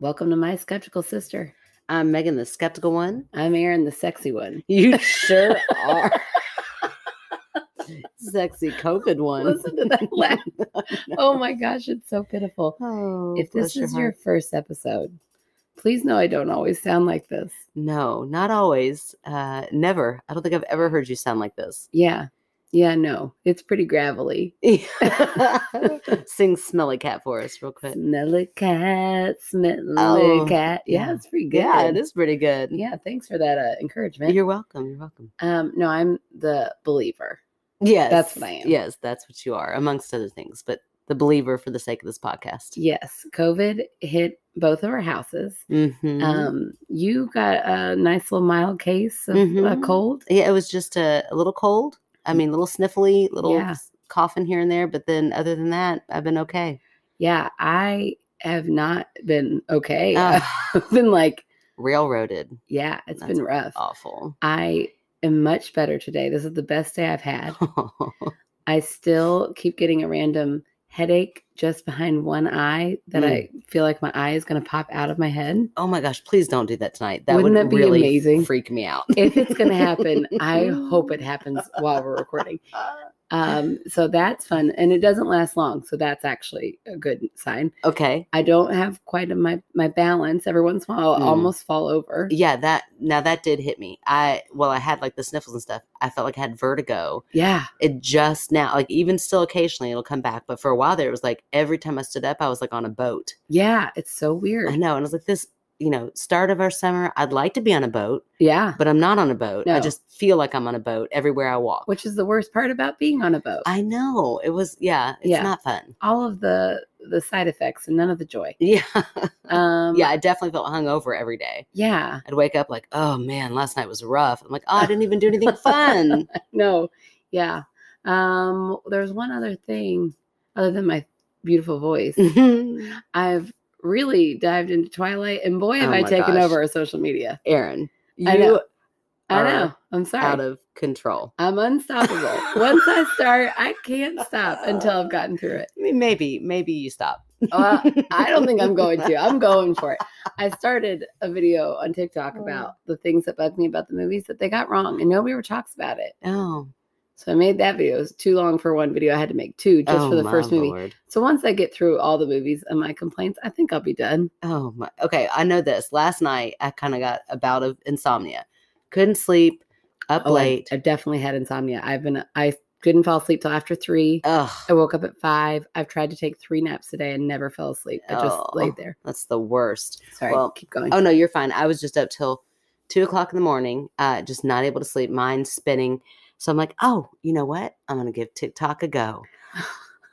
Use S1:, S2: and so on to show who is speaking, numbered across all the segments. S1: Welcome to My Skeptical Sister.
S2: I'm Megan, the skeptical one.
S1: I'm Erin, the sexy one.
S2: You sure are. Sexy COVID one.
S1: Listen to that laugh. oh my gosh, it's so pitiful.
S2: Oh,
S1: if
S2: bless
S1: this is your
S2: heart.
S1: first episode, please know I don't always sound like this.
S2: no, not always. Uh, never. I don't think I've ever heard you sound like this.
S1: Yeah. Yeah, no. It's pretty gravelly.
S2: Sing "Smelly Cat" for us, real quick.
S1: Smell a cat, smell
S2: Oh,
S1: a cat. Yeah,
S2: yeah.
S1: it's pretty good.
S2: Yeah, it is pretty good.
S1: Yeah, thanks for that uh, encouragement.
S2: You're welcome. You're welcome.
S1: um, no, I'm the believer.
S2: Yes,
S1: what I am.
S2: Yes, that's what you are, amongst other things. But the believer for the sake of this podcast.
S1: Yes, COVID hit both of our houses.
S2: Mhm.
S1: Um, you got a nice little mild case of a
S2: Mhm.
S1: cold.
S2: yeah, it was just a, a little cold. I mean, a little sniffly, little
S1: Yeah.
S2: s- coughing here and there. But then, other than that, I've been okay.
S1: Yeah, I have not been okay.
S2: Ugh,
S1: I've been like,
S2: Ah, railroaded.
S1: yeah, it's
S2: That's
S1: been rough.
S2: Awful.
S1: I am much better today. This is the best day I've had. I still keep getting a random headache just behind one eye
S2: Mm.
S1: that I feel like my eye is going to pop out of my head.
S2: oh my gosh, please don't do that tonight. That
S1: Wouldn't
S2: would
S1: that be
S2: really
S1: amazing?
S2: freak me out.
S1: If it's going to happen, I hope it happens while we're recording. Um, so that's fun. And it doesn't last long. So that's actually a good sign.
S2: okay.
S1: I don't have quite a, my, my balance. Every once in a while, I'll
S2: Mm.
S1: almost fall over.
S2: Yeah, that now that did hit me. I well, I had like the sniffles and stuff. I felt like I had vertigo.
S1: Yeah.
S2: It just now, like even still occasionally it'll come back. But for a while there, it was like every time I stood up, I was like on a boat.
S1: Yeah. It's so
S2: I
S1: weird.
S2: know. And I was like, this, you know, start of our summer, I'd like to be on a boat,
S1: Yeah.
S2: but I'm not on a boat.
S1: No.
S2: I just feel like I'm on a boat everywhere I walk.
S1: Which is the worst part about being on a boat.
S2: I know. It was yeah, it's
S1: Yeah.
S2: not fun.
S1: All of the the side effects and none of the joy.
S2: Yeah.
S1: Um,
S2: yeah, I definitely felt hungover every day.
S1: Yeah.
S2: I'd wake up like, oh man, last night was rough. I'm like, oh, I didn't even do anything fun.
S1: No. Yeah. Um, there's one other thing other than my beautiful voice.
S2: Mm.
S1: Mm-hmm. I've really dived into Twilight, and boy, have
S2: Oh
S1: I
S2: my
S1: taken
S2: gosh.
S1: over our social media.
S2: Aaron, you
S1: I know. I
S2: are
S1: know. I'm sorry.
S2: out of control.
S1: I'm unstoppable. Once I start, I can't stop until I've gotten through it.
S2: I mean, maybe, maybe you stop.
S1: Uh, I don't think I'm going to. I'm going for it. I started a video on TikTok
S2: Oh.
S1: about the things that bug me about the movies that they got wrong, and nobody ever talks about it.
S2: Oh,
S1: So I made that video. It was too long for one video. I had to make two just
S2: oh,
S1: for the
S2: my
S1: first movie.
S2: Lord.
S1: So once I get through all the movies and my complaints, I think I'll be done.
S2: Oh my. Okay, I know this. Last night, I kind of got a bout of insomnia. Couldn't sleep. Up
S1: Oh, I-
S2: late.
S1: I, definitely had insomnia. I've been I couldn't fall asleep till after three.
S2: Ugh,
S1: I woke up at five. I've tried to take three naps a day and never fell asleep. I just laid
S2: Oh.
S1: there.
S2: that's the worst.
S1: Sorry,
S2: Well,
S1: keep going.
S2: Oh no, you're fine. I was just up till two o'clock in the morning, uh, just not able to sleep. Mind spinning. So I'm like, oh, you know what? I'm gonna give TikTok a go.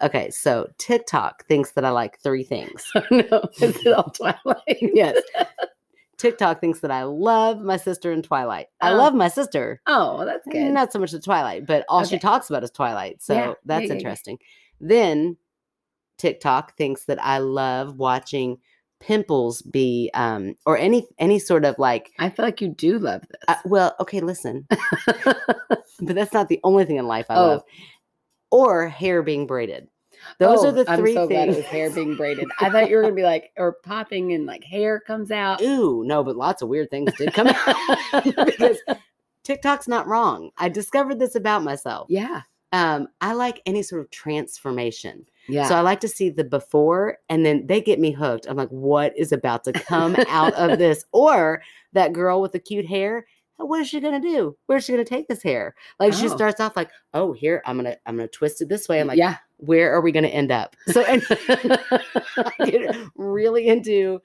S2: Okay, so TikTok thinks that I like three things.
S1: Oh, no, it's all Twilight.
S2: Yes. TikTok thinks that I love my sister and Twilight. I
S1: Oh.
S2: love my sister.
S1: Oh, well, that's good.
S2: Not so much the Twilight, but all she
S1: Okay.
S2: talks about is Twilight. So
S1: Yeah, yeah,
S2: that's
S1: yeah, yeah.
S2: interesting. Then TikTok thinks that I love watching pimples be um or any any sort of like
S1: I feel like you do love this.
S2: Uh, well, okay, listen, but that's not the only thing in life I
S1: Oh.
S2: love. Or hair being braided. Those
S1: Oh,
S2: are the three
S1: I'm so glad it
S2: things.
S1: was hair being braided. I thought you were gonna be like, or popping and like hair comes out.
S2: Ooh, no, but lots of weird things did come out because TikTok's not wrong. I discovered this about myself.
S1: Yeah,
S2: Um, I like any sort of transformation.
S1: yeah.
S2: So I like to see the before and then they get me hooked. I'm like, what is about to come out of this? Or that girl with the cute hair. What is she gonna do? Where's she gonna take this hair? Like she
S1: Oh.
S2: starts off like, oh, here I'm gonna I'm gonna twist it this way. I'm like,
S1: yeah.
S2: where are we gonna end up? So and I get really into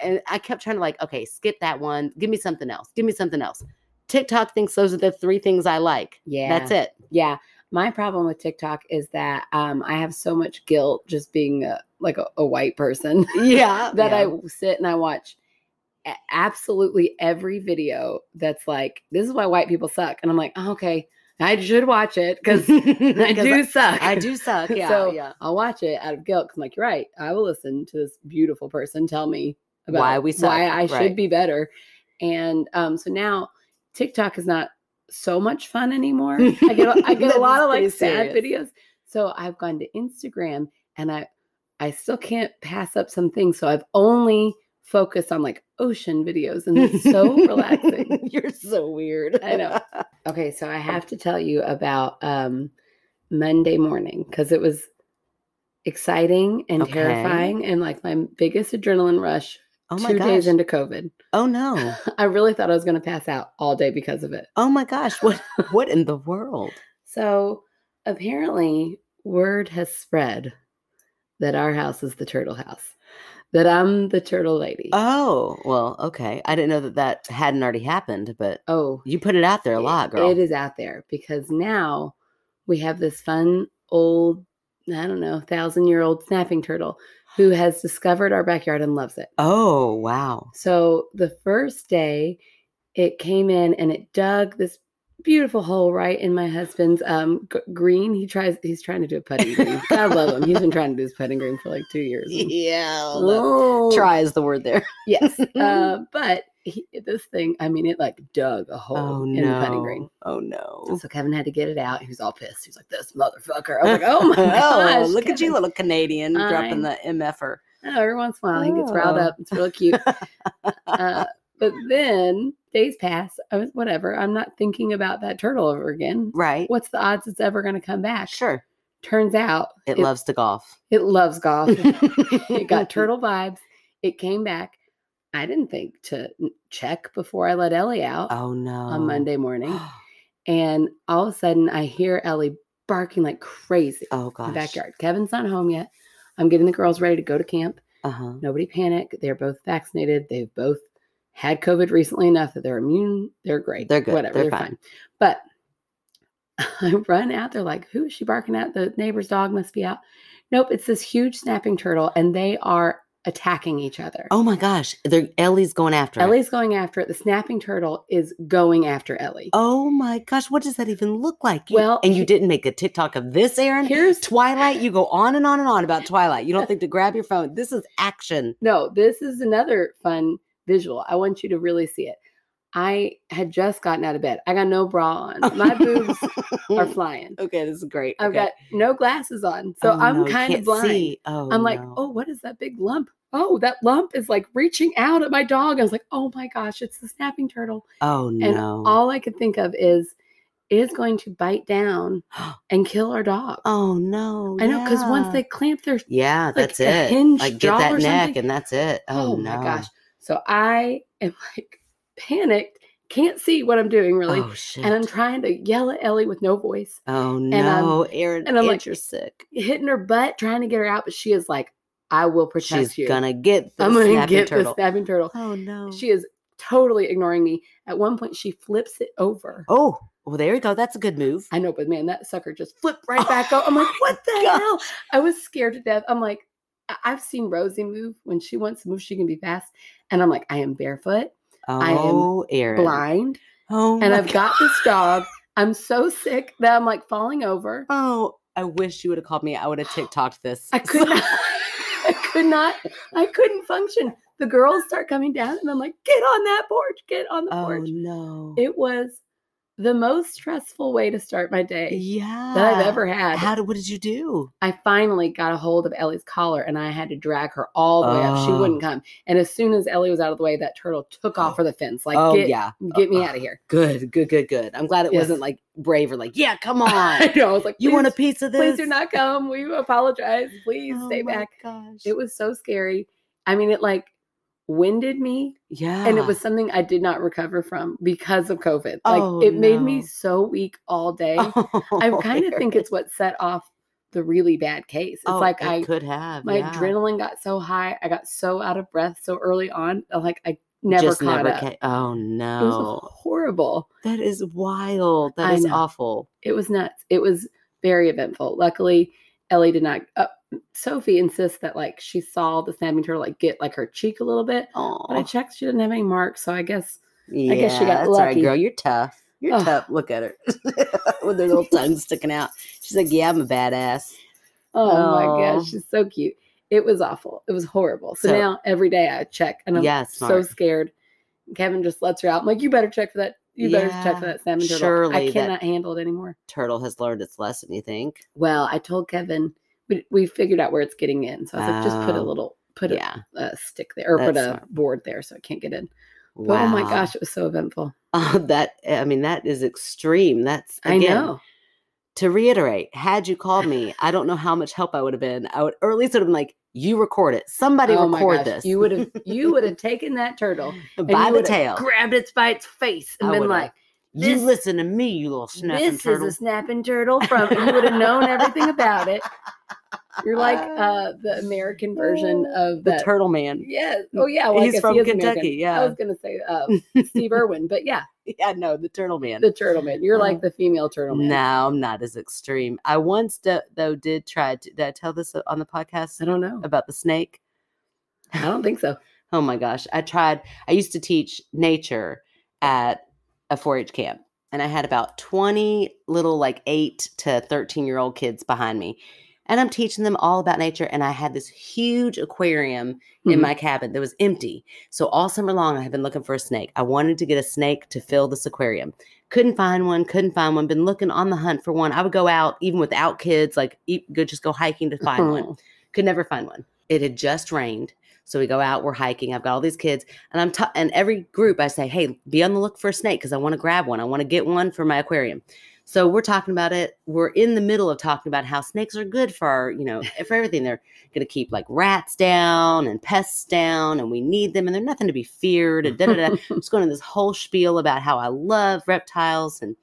S2: and I kept trying to like, okay, skip that one. Give me something else. Give me something else. TikTok thinks those are the three things I like.
S1: Yeah.
S2: That's it.
S1: Yeah. My problem with TikTok is that um, I have so much guilt just being a, like a, a white person
S2: Yeah.
S1: that I sit and I watch a- absolutely every video that's like, this is why white people suck. And I'm like, "Oh, okay, I should watch it because I do suck.
S2: I do suck. Yeah.
S1: So,
S2: yeah.
S1: I'll watch it out of guilt. 'cause I'm like, you're right. I will listen to this beautiful person tell me about
S2: Why we suck,
S1: why I
S2: right.
S1: should be better. And um, so now TikTok is not so much fun anymore. I get a- I get a
S2: That
S1: lot
S2: is
S1: of like
S2: pretty
S1: sad
S2: serious.
S1: videos. So I've gone to Instagram and I I still can't pass up some things. So I've only focused on like ocean videos and it's
S2: Mm,
S1: so relaxing.
S2: You're so weird.
S1: I know. Okay, so I have to tell you about um Monday morning because it was exciting and
S2: Okay.
S1: terrifying and like my biggest adrenaline rush
S2: Oh
S1: two
S2: my gosh.
S1: days into COVID.
S2: oh no.
S1: I really thought I was gonna pass out all day because of it.
S2: Oh my gosh. What what in the world?
S1: So apparently, word has spread that our house is the turtle house, that I'm the turtle lady.
S2: Oh, well, okay. I didn't know that that hadn't already happened, but
S1: oh,
S2: you put it out there a lot,
S1: it-
S2: girl.
S1: It is out there because now we have this fun old, I don't know, thousand year old snapping turtle who has discovered our backyard and loves it.
S2: Oh, wow.
S1: So the first day it came in and it dug this beautiful hole right in my husband's um g- green. He tries he's trying to do a putting green. God love him. He's been trying to do his putting green for like 2 years.
S2: Yeah. although-
S1: Oh.
S2: Try is the word there.
S1: Yes. Uh, but he, this thing, I mean, it like dug a hole
S2: Oh
S1: in the putting green.
S2: no. Oh no.
S1: So Kevin had to get it out. He was all pissed. He was like, this motherfucker. I was like, oh my gosh.
S2: look at you,
S1: Kevin."
S2: little Canadian, dropping the MFR.
S1: I know, every once in a while he gets riled
S2: Oh.
S1: up. It's real cute. uh, but then days pass. I was, whatever. I'm not thinking about that turtle ever again.
S2: Right.
S1: What's the odds it's ever going to come back?
S2: Sure.
S1: Turns out
S2: It,
S1: It-
S2: loves to golf.
S1: it loves golf. it
S2: it
S1: got turtle vibes. It came back. I didn't think to n- check before I let Ellie out
S2: Oh no. Oh,
S1: on Monday morning. And all of a sudden, I hear Ellie barking like crazy
S2: oh
S1: in
S2: gosh.
S1: the backyard. Kevin's not home yet. I'm getting the girls ready to go to camp.
S2: Uh-huh.
S1: Nobody panic. They're both vaccinated. They've both had COVID recently enough that they're immune. They're great.
S2: They're good.
S1: Whatever.
S2: They're
S1: They're,
S2: fine.
S1: fine. But I run out there like, who is she barking at? The neighbor's dog must be out. Nope. It's this huge snapping turtle, and they are attacking each other.
S2: Oh my gosh. They're Ellie's going after it.
S1: Ellie's going after it. The snapping turtle is going after Ellie.
S2: Oh my gosh, what does that even look like? You-
S1: Well,
S2: and you
S1: he-
S2: didn't make a TikTok of this, Aaron.
S1: Here's
S2: Twilight, you go on and on and on about Twilight. You don't think to grab your phone. This is action.
S1: No, this is another fun visual. I want you to really see it. I had just gotten out of bed. I got no bra on. My boobs are flying.
S2: okay, this is great.
S1: I've
S2: okay.
S1: got no glasses on. So
S2: Oh,
S1: I'm
S2: no, you
S1: kind of
S2: can't
S1: blind.
S2: see. Oh,
S1: I'm like,
S2: no.
S1: oh, what is that big lump? Oh, that lump is like reaching out at my dog. I was like, oh my gosh, it's the snapping turtle.
S2: oh
S1: And
S2: no.
S1: all I could think of is it is going to bite down and kill our dog.
S2: oh no.
S1: I know, because once
S2: yeah.
S1: they clamp their
S2: yeah, that's
S1: a
S2: it.
S1: hinge
S2: like get
S1: jaw
S2: that
S1: or
S2: neck,
S1: something.
S2: and that's it. Oh,
S1: Oh,
S2: no.
S1: my gosh. So I am like panicked, can't see what I'm doing really.
S2: Oh shit.
S1: and I'm trying to yell at Ellie with no voice,
S2: oh
S1: I'm-
S2: no, Aaron.
S1: and I'm like,
S2: you're sick.
S1: hitting her butt, trying to get her out, but she is like, I will protect
S2: She's
S1: you.
S2: gonna get the
S1: I'm gonna
S2: snapping
S1: get
S2: turtle.
S1: the snapping turtle.
S2: oh no.
S1: She is totally ignoring me. At one point, she flips it over.
S2: oh, well, there you go. That's a good move.
S1: I know, but man, that sucker just flipped right back
S2: Oh,
S1: up. I'm like, what the hell? I was scared to death. I'm like, I- I've seen Rosie move. When she wants to move, she can be fast. And I'm like, I am barefoot, I am
S2: Oh, Aaron.
S1: blind.
S2: Oh,
S1: and
S2: my
S1: I've got this dog. I'm so sick that I'm like falling over.
S2: Oh, I wish you would have called me. I would have TikToked this.
S1: I could not, I could not, I couldn't function. The girls start coming down, and I'm like, get on that porch, get on the
S2: oh
S1: porch.
S2: no.
S1: It was the most stressful way to start my day
S2: yeah.
S1: that I've ever had.
S2: How did? What did you do?
S1: I finally got a hold of Ellie's collar, and I had to drag her all the way up. She
S2: Oh.
S1: wouldn't come. And as soon as Ellie was out of the way, that turtle took off for the fence. Like,
S2: oh
S1: get,
S2: yeah.
S1: get me out of here.
S2: Good. Good. Good. Good. I'm glad it
S1: Yes.
S2: wasn't like brave or like yeah. Come
S1: I
S2: on.
S1: know. I was like,
S2: you want a
S1: "Please-
S2: piece of this?
S1: Please do not come. We apologize. Please
S2: Oh
S1: stay
S2: my
S1: back.
S2: Gosh.
S1: It was so scary. I mean, it like winded me,
S2: yeah.
S1: and it was something I did not recover from because of COVID. Like,
S2: Oh,
S1: it made me
S2: no.
S1: so weak all day. I
S2: Oh,
S1: kind of think
S2: Aaron.
S1: it's what set off the really bad case. It's
S2: Oh,
S1: like
S2: it
S1: I,
S2: could have
S1: my
S2: yeah.
S1: adrenaline got so high, I got so out of breath so early on. uh, Like, I never
S2: Just
S1: caught
S2: never
S1: up.
S2: ca- oh
S1: It was
S2: no,
S1: horrible.
S2: that is wild. That
S1: I
S2: is
S1: know.
S2: awful.
S1: It was nuts. It was very eventful. Luckily, Ellie did not. Uh, Sophie insists that like she saw the snapping turtle like get like her cheek a little bit,
S2: Oh,
S1: but I checked she didn't have any marks, so I guess
S2: Yeah,
S1: guess she got
S2: that's all right,
S1: lucky.
S2: girl. You're tough. You're
S1: Ugh.
S2: tough. Look at her with her little tongue sticking out. She's like, "Yeah, I'm a badass."
S1: oh, my
S2: Oh.
S1: gosh, she's so cute. It was awful. It was horrible. So,
S2: So-
S1: now every day I check, and I'm
S2: Yeah,
S1: so
S2: smart.
S1: scared. Kevin just lets her out. I'm like, you better check for that. You better check for
S2: Yeah,
S1: that salmon turtle.
S2: surely
S1: I
S2: that-
S1: cannot handle it anymore.
S2: Turtle has learned its lesson. You think?
S1: Well, I told Kevin we, we figured out where it's getting in, so I was like, just put a
S2: Oh.
S1: little put
S2: yeah.
S1: a, a stick there or put
S2: That's
S1: a board there so I can't get in. But,
S2: Wow.
S1: Oh my gosh, it was so eventful.
S2: Oh, that I mean, that is extreme. That's again,
S1: I know.
S2: To reiterate, had you called me, I don't know how much help I would have been. I would, or at least it would have been like, you record it. Somebody
S1: oh my
S2: record
S1: gosh,
S2: this.
S1: you would have you would have taken that turtle and
S2: by
S1: you
S2: the
S1: would've
S2: tail.
S1: grabbed its by its face, and
S2: I
S1: been
S2: would've.
S1: like,
S2: you
S1: this-
S2: listen to me, you little snapping
S1: "This
S2: turtle.
S1: is a snapping turtle from." and you would have known everything about it. You're like uh, the American version of
S2: uh, the
S1: that.
S2: turtle man.
S1: Yeah. Oh yeah. Well, I
S2: He's
S1: guess
S2: from
S1: he is American.
S2: Kentucky.
S1: I
S2: Yeah.
S1: was gonna say uh, Steve Irwin, but yeah,
S2: yeah, no, the turtle man.
S1: the turtle man. You're
S2: Uh,
S1: like the female turtle man.
S2: No, I'm not as extreme. I once do, though did try to. Did I tell this on the podcast
S1: I don't know.
S2: about the snake?
S1: I don't think so.
S2: Oh my gosh. I tried, I used to teach nature at a 4 H camp, and I had about 20 little, like eight to 13 year old kids behind me. And I'm teaching them all about nature. And I had this huge aquarium in
S1: Mhm.
S2: my cabin that was empty. So all summer long, I have been looking for a snake. I wanted to get a snake to fill this aquarium. Couldn't find one, couldn't find one. Been looking on the hunt for one. I would go out even without kids, like e- go just go hiking to find one
S1: Oh.
S2: could never find one. It had just rained. So we go out, we're hiking. I've got all these kids, and I'm t- and every group I say, "Hey, be on the look for a snake because I want to grab one. I want to get one for my aquarium." So we're talking about it. We're in the middle of talking about how snakes are good for our, you know, for everything. They're going to keep like rats down and pests down, and we need them, and they're nothing to be feared. And da da da. I'm just going to this whole spiel about how I love reptiles. And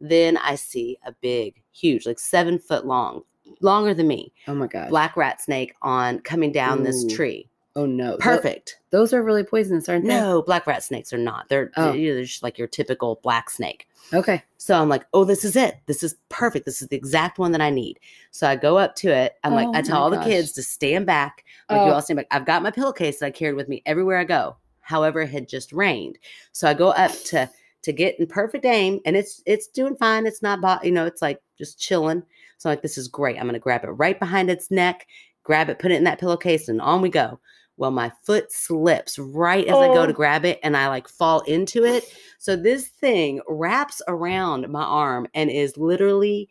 S2: then I see a big, huge, like seven foot long, longer than me,
S1: Oh my gosh.
S2: black rat snake on coming down this
S1: Ooh.
S2: tree.
S1: Oh no. Tho-
S2: Perfect.
S1: Those are really poisonous, aren't they?
S2: No, black rat snakes are not. They're,
S1: Oh.
S2: they're they're just like your typical black snake.
S1: Okay.
S2: So I'm like, oh, this is it. This is perfect. This is the exact one that I need. So I go up to it. I'm like,
S1: Oh
S2: I tell
S1: my
S2: all
S1: gosh.
S2: the kids to stand back. I'm like, you
S1: Oh.
S2: all stand back. I've got my pillowcase that I carried with me everywhere I go. However, it had just rained. So I go up to to get in perfect aim, and it's it's doing fine. It's not, bo- you know, it's like just chilling. So I'm like, this is great. I'm gonna grab it right behind its neck, grab it, put it in that pillowcase, and on we go. Well, my foot slips right as I go
S1: Oh.
S2: to grab it, and I like fall into it. So this thing wraps around my arm and is literally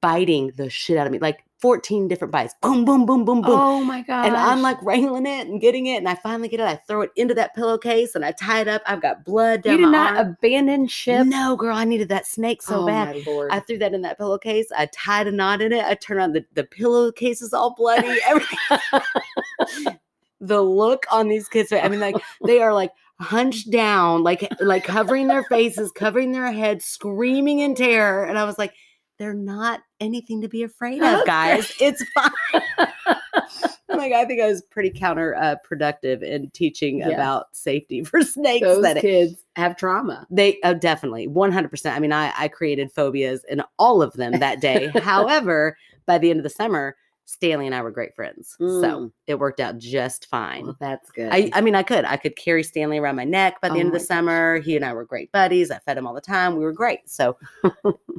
S2: biting the shit out of me, like 14 different bites. Boom, boom, boom, boom, boom.
S1: Oh my gosh.
S2: And I'm like wrangling it and getting it, and I finally get it. I throw it into that pillowcase and I tie it up. I've got blood down
S1: you did
S2: my
S1: not
S2: arm.
S1: abandon ship.
S2: No, girl, I needed that snake so
S1: oh
S2: bad.
S1: My Lord.
S2: I threw that in that pillowcase. I tied a knot in it. I turned on the, the pillowcase is all bloody. Everything. the look on these kids, I mean, like they are like hunched down, like like covering their faces, covering their heads, screaming in terror. And I was like, they're not anything to be afraid of,
S1: Okay.
S2: guys. It's fine. I'm like, I think I was pretty counterproductive uh, productive in teaching
S1: Yeah.
S2: about safety for snakes.
S1: Those
S2: that it-
S1: kids have trauma.
S2: they oh, definitely 100%. I mean, I, I created phobias in all of them that day. However, by the end of the summer, Stanley and I were great friends. So
S1: Mm.
S2: it worked out just fine.
S1: Well, that's good.
S2: I, I mean, I could. I could carry Stanley around my neck by the
S1: Oh
S2: end of
S1: my
S2: the
S1: gosh.
S2: summer. He and I were great buddies. I fed him all the time. We were great. So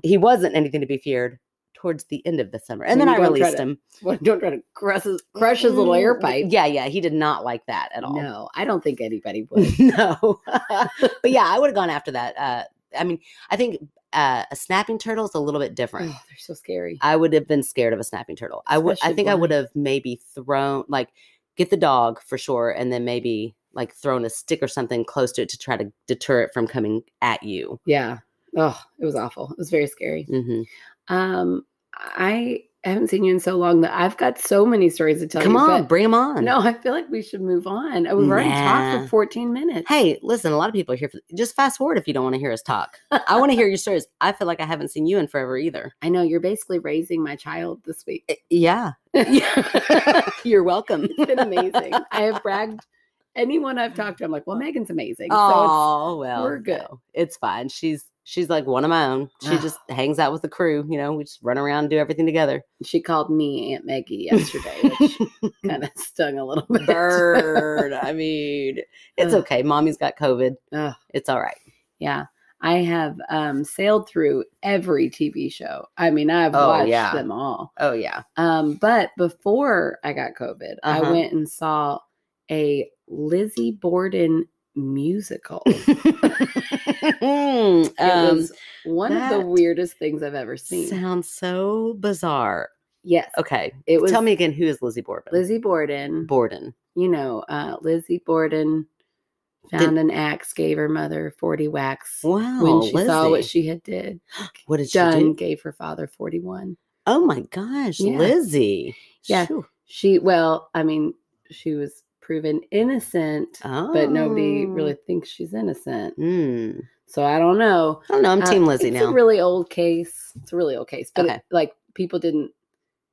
S2: he wasn't anything to be feared towards the end of the summer. And
S1: Well,
S2: then
S1: you
S2: I
S1: don't try
S2: released
S1: to
S2: him.
S1: Well, don't try to crush his, crush his little air
S2: Mm,
S1: pipe.
S2: Yeah, yeah. He did not like that at all.
S1: No, I don't think anybody would.
S2: no but yeah i would have gone after that uh i mean i think uh, a snapping turtle is a little bit different
S1: oh, they're so scary.
S2: i would have been scared of a snapping turtle i would i
S1: Especially
S2: think i would
S1: blind.
S2: have maybe thrown like get the dog for sure and then maybe like thrown a stick or something close to it to try to deter it from coming at you
S1: Yeah. Oh, it was awful. It was very scary.
S2: hmm
S1: Um, I haven't seen you in so long that I've got so many stories to tell
S2: come
S1: Oh, you.
S2: on
S1: but
S2: bring them on
S1: No, I feel like we should move on. Oh, We've already talked
S2: Nah.
S1: for 14 minutes.
S2: hey listen a lot of people are here for just fast forward if you don't want to hear us talk i want to hear your stories i feel like i haven't seen you in forever either
S1: I know you're basically raising my child this week.
S2: I- yeah you're welcome
S1: It's been amazing. I have bragged anyone I've talked to. I'm like, well, Megan's amazing. so
S2: Oh well,
S1: we're good. Ah.
S2: no, it's fine. She's she's like one of my own. She just hangs out with the crew. You know, we just run around, and do everything together.
S1: it's, she called me Aunt Maggie yesterday, which kind of stung a little bit.
S2: Bird. I mean, it's
S1: Ugh.
S2: okay. Mommy's got COVID.
S1: Ugh.
S2: It's all right.
S1: Yeah. I have um, sailed through every TV show. I mean, I've
S2: Oh,
S1: watched
S2: yeah.
S1: them all.
S2: Oh yeah.
S1: Um, but before I got COVID,
S2: Uh-huh.
S1: I went and saw a Lizzie Borden musical. Um,
S2: Mm,
S1: it
S2: um,
S1: was one of
S2: that
S1: the weirdest things I've ever seen.
S2: sounds so bizarre.
S1: Yes.
S2: Okay.
S1: It was
S2: Tell me again who is Lizzie Borden?
S1: Lizzie Borden.
S2: Borden.
S1: you know, uh, Lizzie Borden found an axe, gave her mother 40 whacks
S2: Wow.
S1: when she saw what
S2: Lizzie.
S1: she had did.
S2: What did she
S1: Done
S2: do?
S1: gave her father 41.
S2: Oh my gosh,
S1: Yeah.
S2: Lizzie.
S1: Yeah.
S2: Shoo.
S1: She, well, I mean, she was proven innocent,
S2: Oh.
S1: but nobody really thinks she's innocent.
S2: Mm.
S1: So I don't know.
S2: I don't know. I'm
S1: Uh,
S2: Team Lizzie
S1: it's
S2: now.
S1: a really old case. It's a really old case, but it-
S2: Okay.
S1: like people didn't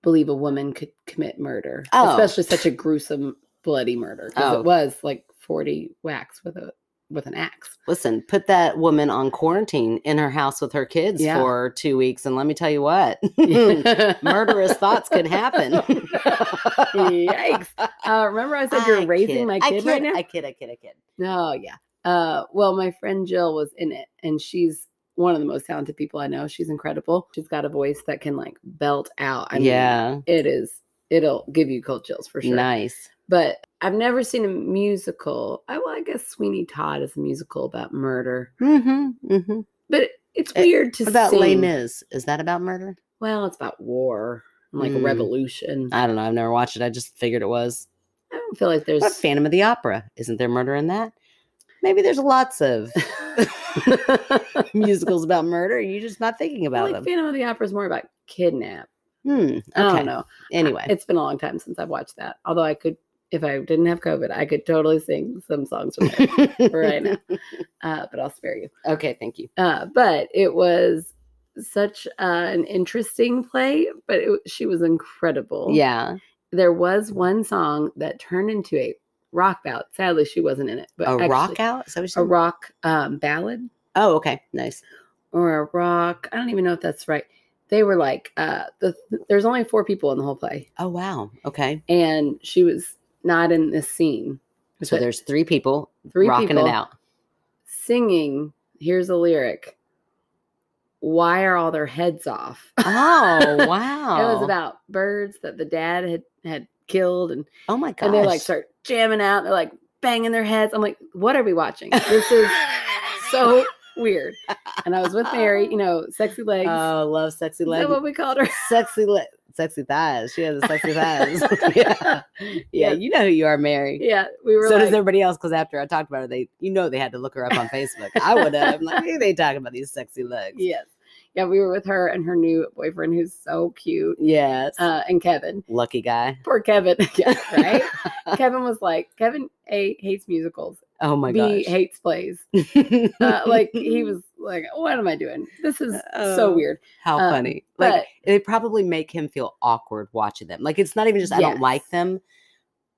S1: believe a woman could commit murder,
S2: Oh.
S1: especially such a gruesome, bloody murder. Because
S2: Oh.
S1: it was like 40 whacks with a with an axe.
S2: Listen, put that woman on quarantine in her house with her kids
S1: Yeah.
S2: for two weeks, and let me tell you what, murderous
S1: murderous
S2: thoughts could happen.
S1: Yikes! Uh, remember, I said you're
S2: I
S1: raising
S2: kid.
S1: my
S2: I
S1: kid right now.
S2: I kid. I kid. I kid.
S1: Oh yeah. Uh, well, my friend Jill was in it, and she's one of the most talented people I know. She's incredible. She's got a voice that can like belt out. I mean,
S2: yeah.
S1: it is. It'll give you cold chills for sure.
S2: Nice.
S1: But I've never seen a musical. I, well, I guess Sweeney Todd is a musical about murder,
S2: Mm-hmm. Mm-hmm.
S1: but it's
S2: Eh,
S1: weird to
S2: What about
S1: sing.
S2: Les Mis? Is that about murder?
S1: Well, it's about war, and, like
S2: Mm.
S1: revolution. I
S2: I don't know. I've never watched it. I just figured it was.
S1: don't feel like there's
S2: What about Phantom of the Opera? Isn't there murder in that? Maybe there's lots of musicals about murder. and You're just not thinking
S1: I feel
S2: about
S1: like
S2: them.
S1: Phantom of the Opera is more about kidnap.
S2: Hmm.
S1: I don't
S2: Okay.
S1: know.
S2: Anyway.
S1: It's been a long time since I've watched that. Although I could, if I didn't have COVID, I could totally sing some songs from it right now. Uh, but I'll spare you.
S2: okay. Thank you.
S1: Uh, but it was such uh, an interesting play. But it, she was incredible.
S2: Yeah.
S1: there was one song that turned into a rock ballad. Sadly, she wasn't in it, but
S2: A
S1: actually
S2: rock out? Is that what you
S1: a
S2: said?
S1: rock um, ballad
S2: Oh, okay. Nice.
S1: or a rock. I don't even know if that's right. They were like, uh, the, there's only four people in the whole play,
S2: Oh, wow. Okay.
S1: and she was not in this scene.
S2: So
S1: But
S2: there's three people
S1: three
S2: rocking
S1: people
S2: it out.
S1: singing. Here's a lyric. Why are all their heads off?
S2: Oh,
S1: it
S2: wow.
S1: was about birds that the dad had had killed, and
S2: Oh, my gosh.
S1: and they like start jamming out. They're like banging their heads. I'm like, what are we watching? This is so weird. And I was with Mary, you know, sexy legs.
S2: Oh, love sexy
S1: is that
S2: leg.
S1: what we called her?
S2: Sexy leg. Sexy thighs. She has a sexy thighs. yeah. yeah,
S1: Yeah.
S2: you know who you are, Mary.
S1: Yeah, we were
S2: So does
S1: like,
S2: everybody else? Because after I talked about her, they you know they had to look her up on Facebook. I would have. I'm like, who they talking about these sexy legs?
S1: yes, yeah, we were with her and her new boyfriend, who's so cute,
S2: Yes.
S1: uh, and Kevin.
S2: Lucky guy.
S1: Poor Kevin, yeah, right? Kevin was like, Kevin A hates musicals,
S2: Oh my
S1: B
S2: gosh.
S1: hates plays. Uh, like he was like, what am I doing? This is
S2: Oh.
S1: so weird.
S2: How
S1: Um,
S2: funny.
S1: but-
S2: like they probably make him feel awkward watching them. Like it's not even just I don't
S1: Yes.
S2: like them.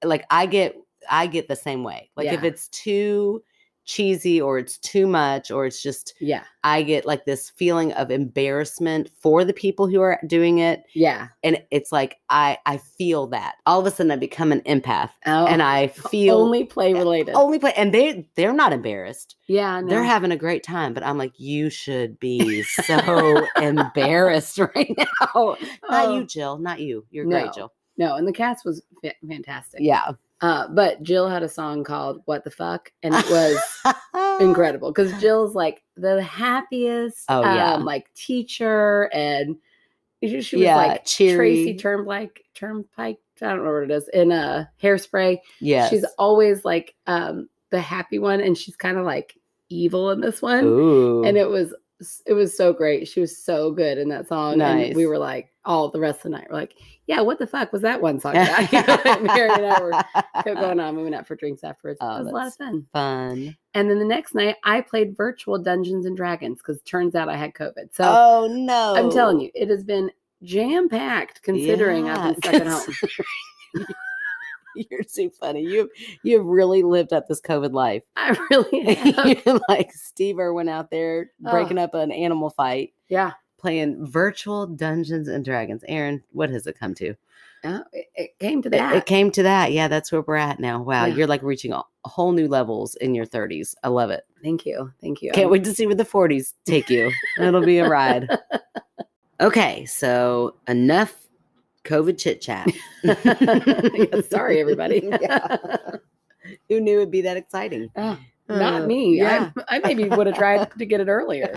S2: Like I get I get the same way. Like if
S1: Yeah.
S2: it's too cheesy or it's too much or it's just
S1: Yeah,
S2: I get like this feeling of embarrassment for the people who are doing it.
S1: yeah.
S2: And it's like I I feel that. All of a sudden I become an empath
S1: Oh,
S2: and I feel only,
S1: only play related.
S2: play and they they're not embarrassed.
S1: Yeah, no.
S2: They're having a great time, but I'm like, you should be so embarrassed right now. Not
S1: Oh.
S2: you, Jill. Not you. You're
S1: No.
S2: great, Jill.
S1: no, and the cast was fa- fantastic.
S2: Yeah.
S1: uh, but Jill had a song called "What the Fuck," and it was incredible because Jill's like the happiest,
S2: Oh, yeah.
S1: um, like teacher, and she, she was
S2: yeah,
S1: like Tracy
S2: cheery.
S1: Turnblike, Turnpike. I don't know what it is in a hairspray.
S2: yes.
S1: She's always like um, the happy one, and she's kind of like evil in this one,
S2: Ooh.
S1: and it was. It was so great. She was so good in that song. And we
S2: Nice.
S1: were like, all the rest of the night, we're like, yeah, what the fuck was that one song? about? You know, and Mary and I were kept going on. We went out for drinks afterwards.
S2: Oh,
S1: it was a lot of
S2: that's-
S1: fun.
S2: Fun.
S1: And then the next night, I played virtual Dungeons and Dragons because turns out I had COVID. So
S2: oh no.
S1: I'm telling you, it has been jam packed considering I've been
S2: Yeah,
S1: stuck at home.
S2: You're too funny. You've you've really lived up this COVID life.
S1: I really have.
S2: You're like Steve Irwin out there breaking up an animal fight.
S1: yeah.
S2: playing virtual Dungeons and Dragons. Aaron, what has it come to? It-
S1: yeah, it, it came to
S2: It,
S1: that.
S2: came to that. Yeah, that's where we're at now. Wow,
S1: Yeah.
S2: you're like reaching a whole new levels in your 30s. I love it.
S1: Thank you. Thank you.
S2: Can't wait to see where the 40s take you. It'll be a ride. Okay, so enough COVID chit chat.
S1: Yeah, sorry, everybody.
S2: Yeah. Who knew it'd be that exciting?
S1: Oh, Not
S2: Uh,
S1: me.
S2: Yeah.
S1: I, I maybe would have tried to get it earlier.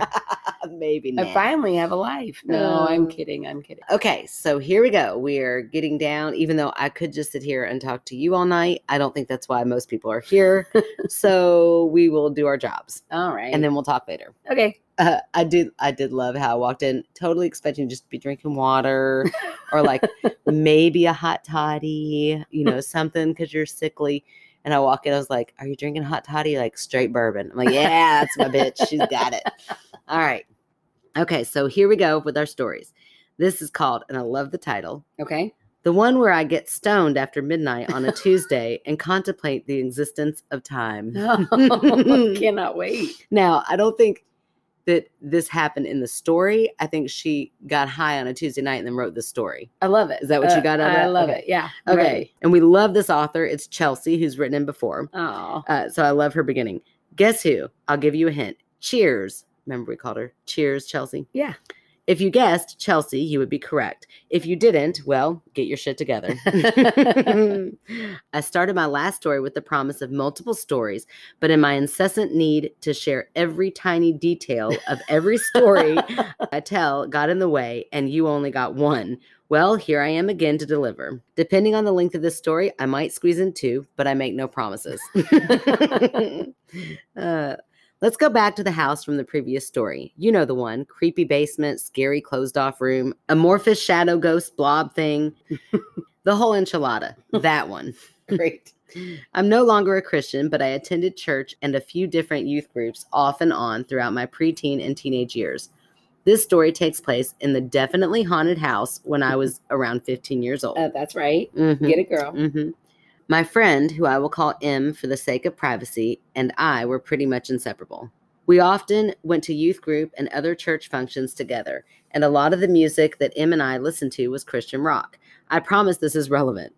S2: Maybe
S1: I
S2: not.
S1: finally have a life. No, I'm
S2: Uh.
S1: kidding. I'm kidding.
S2: Okay, so here we go. We are getting down, even though I could just sit here and talk to you all night. I don't think that's why most people are here. so we will do our jobs
S1: All right.
S2: and then we'll talk later.
S1: okay.
S2: Uh, I did I did love how I walked in totally expecting just to be drinking water or like maybe a hot toddy, you know, something because you're sickly. And I walk in, I was like, Are you drinking hot toddy? Like straight bourbon. I'm like, Yeah, that's my bitch. She's got it. All right. Okay, so here we go with our stories. This is called, and I love the title,
S1: Okay.
S2: the one where I get stoned after midnight on a Tuesday and contemplate the existence of time.
S1: cannot wait.
S2: Now, I don't think that this happened in the story. I think she got high on a Tuesday night and then wrote the story.
S1: I love it.
S2: Is that what you got out of
S1: Uh, I
S2: that?
S1: love
S2: Okay.
S1: it. Yeah.
S2: Okay. And we love this author. It's Chelsea, who's written in before.
S1: Oh.
S2: Uh, so I love her beginning. Guess who? I'll give you a hint. Cheers. Remember, we called her Cheers, Chelsea?
S1: Yeah.
S2: If you guessed Chelsea, you would be correct. If you didn't, well, get your shit together. I started my last story with the promise of multiple stories, but in my incessant need to share every tiny detail of every story I tell got in the way, and you only got one. Well, here I am again to deliver. Depending on the length of this story, I might squeeze in two, but I make no promises. Uh, Let's go back to the house from the previous story. You know the one creepy basement, scary closed off room, amorphous shadow ghost blob thing, the whole enchilada. That one.
S1: Great.
S2: I'm no longer a Christian, but I attended church and a few different youth groups off and on throughout my preteen and teenage years. This story takes place in the definitely haunted house when I was around 15 years old.
S1: Uh, that's right.
S2: Mhm.
S1: Get it, girl.
S2: Mm-hmm. My friend, who I will call M for the sake of privacy, and I were pretty much inseparable. We often went to youth group and other church functions together, and a lot of the music that M and I listened to was Christian rock. I promise this is relevant.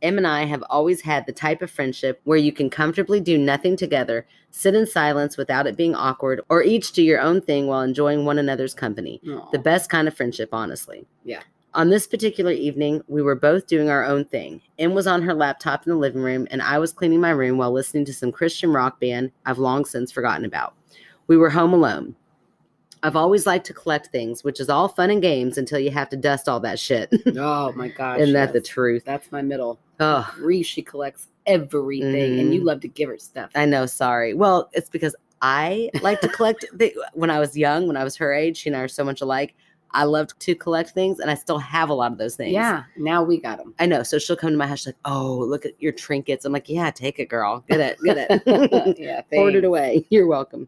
S2: M and I have always had the type of friendship where you can comfortably do nothing together, sit in silence without it being awkward, or each do your own thing while enjoying one another's company. Mm-hmm. The best kind of friendship, honestly.
S1: Yeah.
S2: On this particular evening, we were both doing our own thing. Em was on her laptop in the living room, and I was cleaning my room while listening to some Christian rock band I've long since forgotten about. We were home alone. I've always liked to collect things, which is all fun and games until you have to dust all that shit. Isn't
S1: oh my gosh.
S2: that the
S1: yes.
S2: truth?
S1: That's my middle.
S2: Oh,
S1: Reese, she collects everything, and you
S2: Mhm.
S1: love to give her stuff.
S2: I know. Sorry. Well, it's because I like to collect. thi- when I was young, when I was her age, she and I are so much alike. I loved to collect things, and I still have a lot of those things.
S1: Yeah. Now we got them.
S2: I know. So she'll come to my house, she's like, oh, look at your trinkets. I'm like, yeah, take it, girl. Get it, get it.
S1: yeah.
S2: Hoard it
S1: thanks.
S2: away. You're welcome.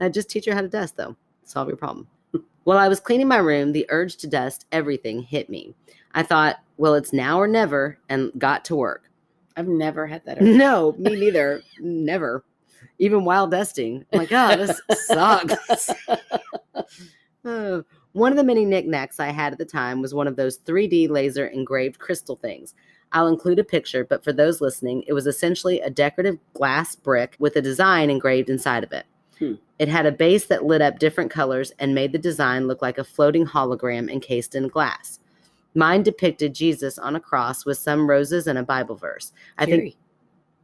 S2: I just teach her how to dust, though. Solve your problem. While I was cleaning my room, the urge to dust everything hit me. I thought, well, it's now or never, and got to work.
S1: I've never had that. urge.
S2: No, me neither. never. Even while dusting. I'm like, oh, this sucks. Oh. one of the many knickknacks I had at the time was one of those 3D laser engraved crystal things. I'll include a picture, but for those listening, it was essentially a decorative glass brick with a design engraved inside of it.
S1: Hmm.
S2: It had a base that lit up different colors and made the design look like a floating hologram encased in glass. Mine depicted Jesus on a cross with some roses and a Bible verse. I think
S1: Cheery.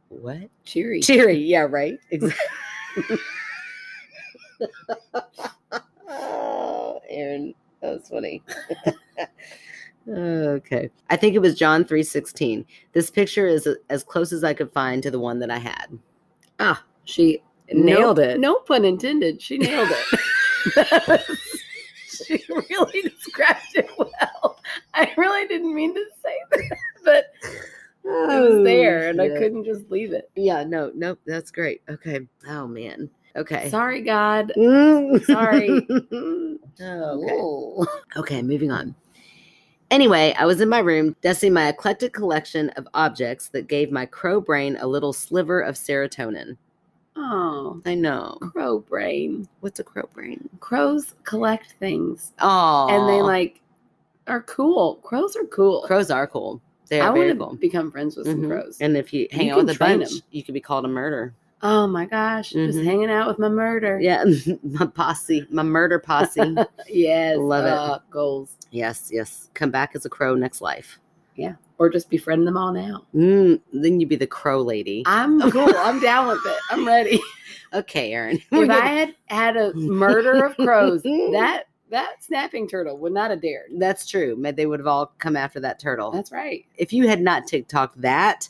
S2: what?
S1: Cheery.
S2: Cheery, yeah, right. Exactly. Aaron, that was funny. okay. I think it was John 3:16. This picture is a- as close as I could find to the one that I had.
S1: She
S2: Nailed
S1: no,
S2: it.
S1: No pun intended. She nailed it. she really described it well. I really didn't mean to say that, but it was there, and I couldn't just leave it.
S2: Oh, Yeah, no, no, that's great. Okay. Oh man. Okay.
S1: Sorry, God.
S2: Sorry.
S1: Sorry.
S2: okay.
S1: Ooh.
S2: Okay, moving on. Anyway, I was in my room dusting my eclectic collection of objects that gave my crow brain a little sliver of serotonin.
S1: Oh,
S2: I know.
S1: crow brain.
S2: What's a crow brain?
S1: Crows collect things,
S2: Oh,
S1: and they like are cool. Crows are cool.
S2: crows are cool. They
S1: I
S2: are very
S1: want
S2: cool.
S1: to become friends with some
S2: Mhm.
S1: crows.
S2: And if you hang
S1: You
S2: out with
S1: can
S2: a
S1: train
S2: bunch,
S1: 'em.
S2: you could be called a murder.
S1: oh my gosh, just
S2: Mhm.
S1: hanging out with my murder.
S2: Yeah, my posse, my murder posse.
S1: Yes.
S2: Love it.
S1: uh, Goals.
S2: yes, yes. Come back as a crow next life.
S1: Or just befriend them all now.
S2: Mm, then you'd be the crow lady.
S1: I'm cool. I'm down with it. I'm ready.
S2: Okay, Aaron. We're
S1: If I
S2: gonna-
S1: had had a murder of crows, that that snapping turtle would not have dared.
S2: That's true. May- They would have all come after that turtle.
S1: That's right.
S2: if you had not TikTok that,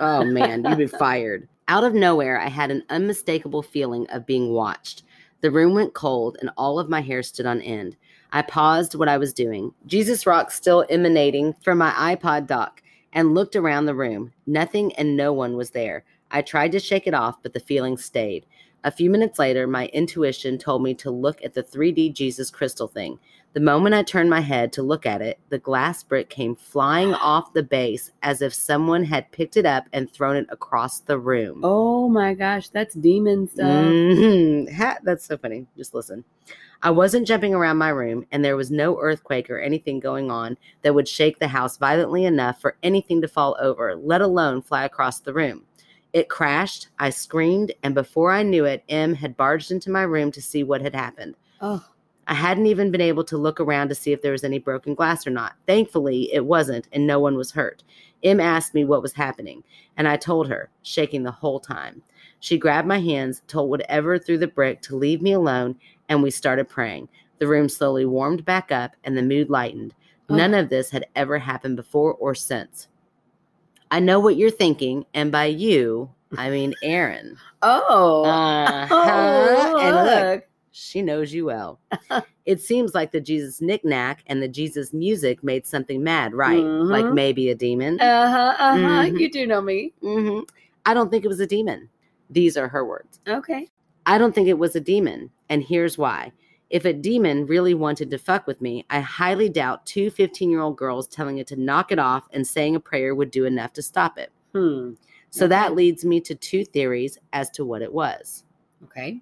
S2: oh man, you'd be fired. Out of nowhere, I had an unmistakable feeling of being watched. The room went cold and all of my hair stood on end. I paused what I was doing, Jesus Rock still emanating from my iPod dock, and looked around the room. Nothing and no one was there. I tried to shake it off, but the feeling stayed. A few minutes later, my intuition told me to look at the 3D Jesus crystal thing. The moment I turned my head to look at it, the glass brick came flying off the base as if someone had picked it up and thrown it across the room.
S1: Oh my gosh, that's demon stuff.
S2: Mhm. Ha- That's so funny. Just listen. I wasn't jumping around my room, and there was no earthquake or anything going on that would shake the house violently enough for anything to fall over, let alone fly across the room. It crashed, I screamed, and before I knew it, M had barged into my room to see what had happened.
S1: Oh,
S2: I hadn't even been able to look around to see if there was any broken glass or not. Thankfully, it wasn't, and no one was hurt. Em asked me what was happening, and I told her, shaking the whole time. She grabbed my hands, told whatever through the brick to leave me alone, and we started praying. The room slowly warmed back up, and the mood lightened.
S1: Oh.
S2: None of this had ever happened before or since. I know what you're thinking, and by you, I mean Aaron.
S1: oh,
S2: Uh-huh. And look,
S1: look.
S2: she knows you well. it seems like the Jesus knickknack and the Jesus music made something mad, right? Like
S1: Mhm.
S2: maybe a demon.
S1: Uh huh. Uh huh.
S2: Mhm.
S1: You do know me.
S2: hmm I don't think it was a demon. These are her words.
S1: Okay.
S2: I don't think it was a demon, and here's why. If a demon really wanted to fuck with me, I highly doubt two 15 year old girls telling it to knock it off and saying a prayer would do enough to stop it.
S1: Hmm.
S2: So that
S1: Okay.
S2: leads me to two theories as to what it was.
S1: Okay.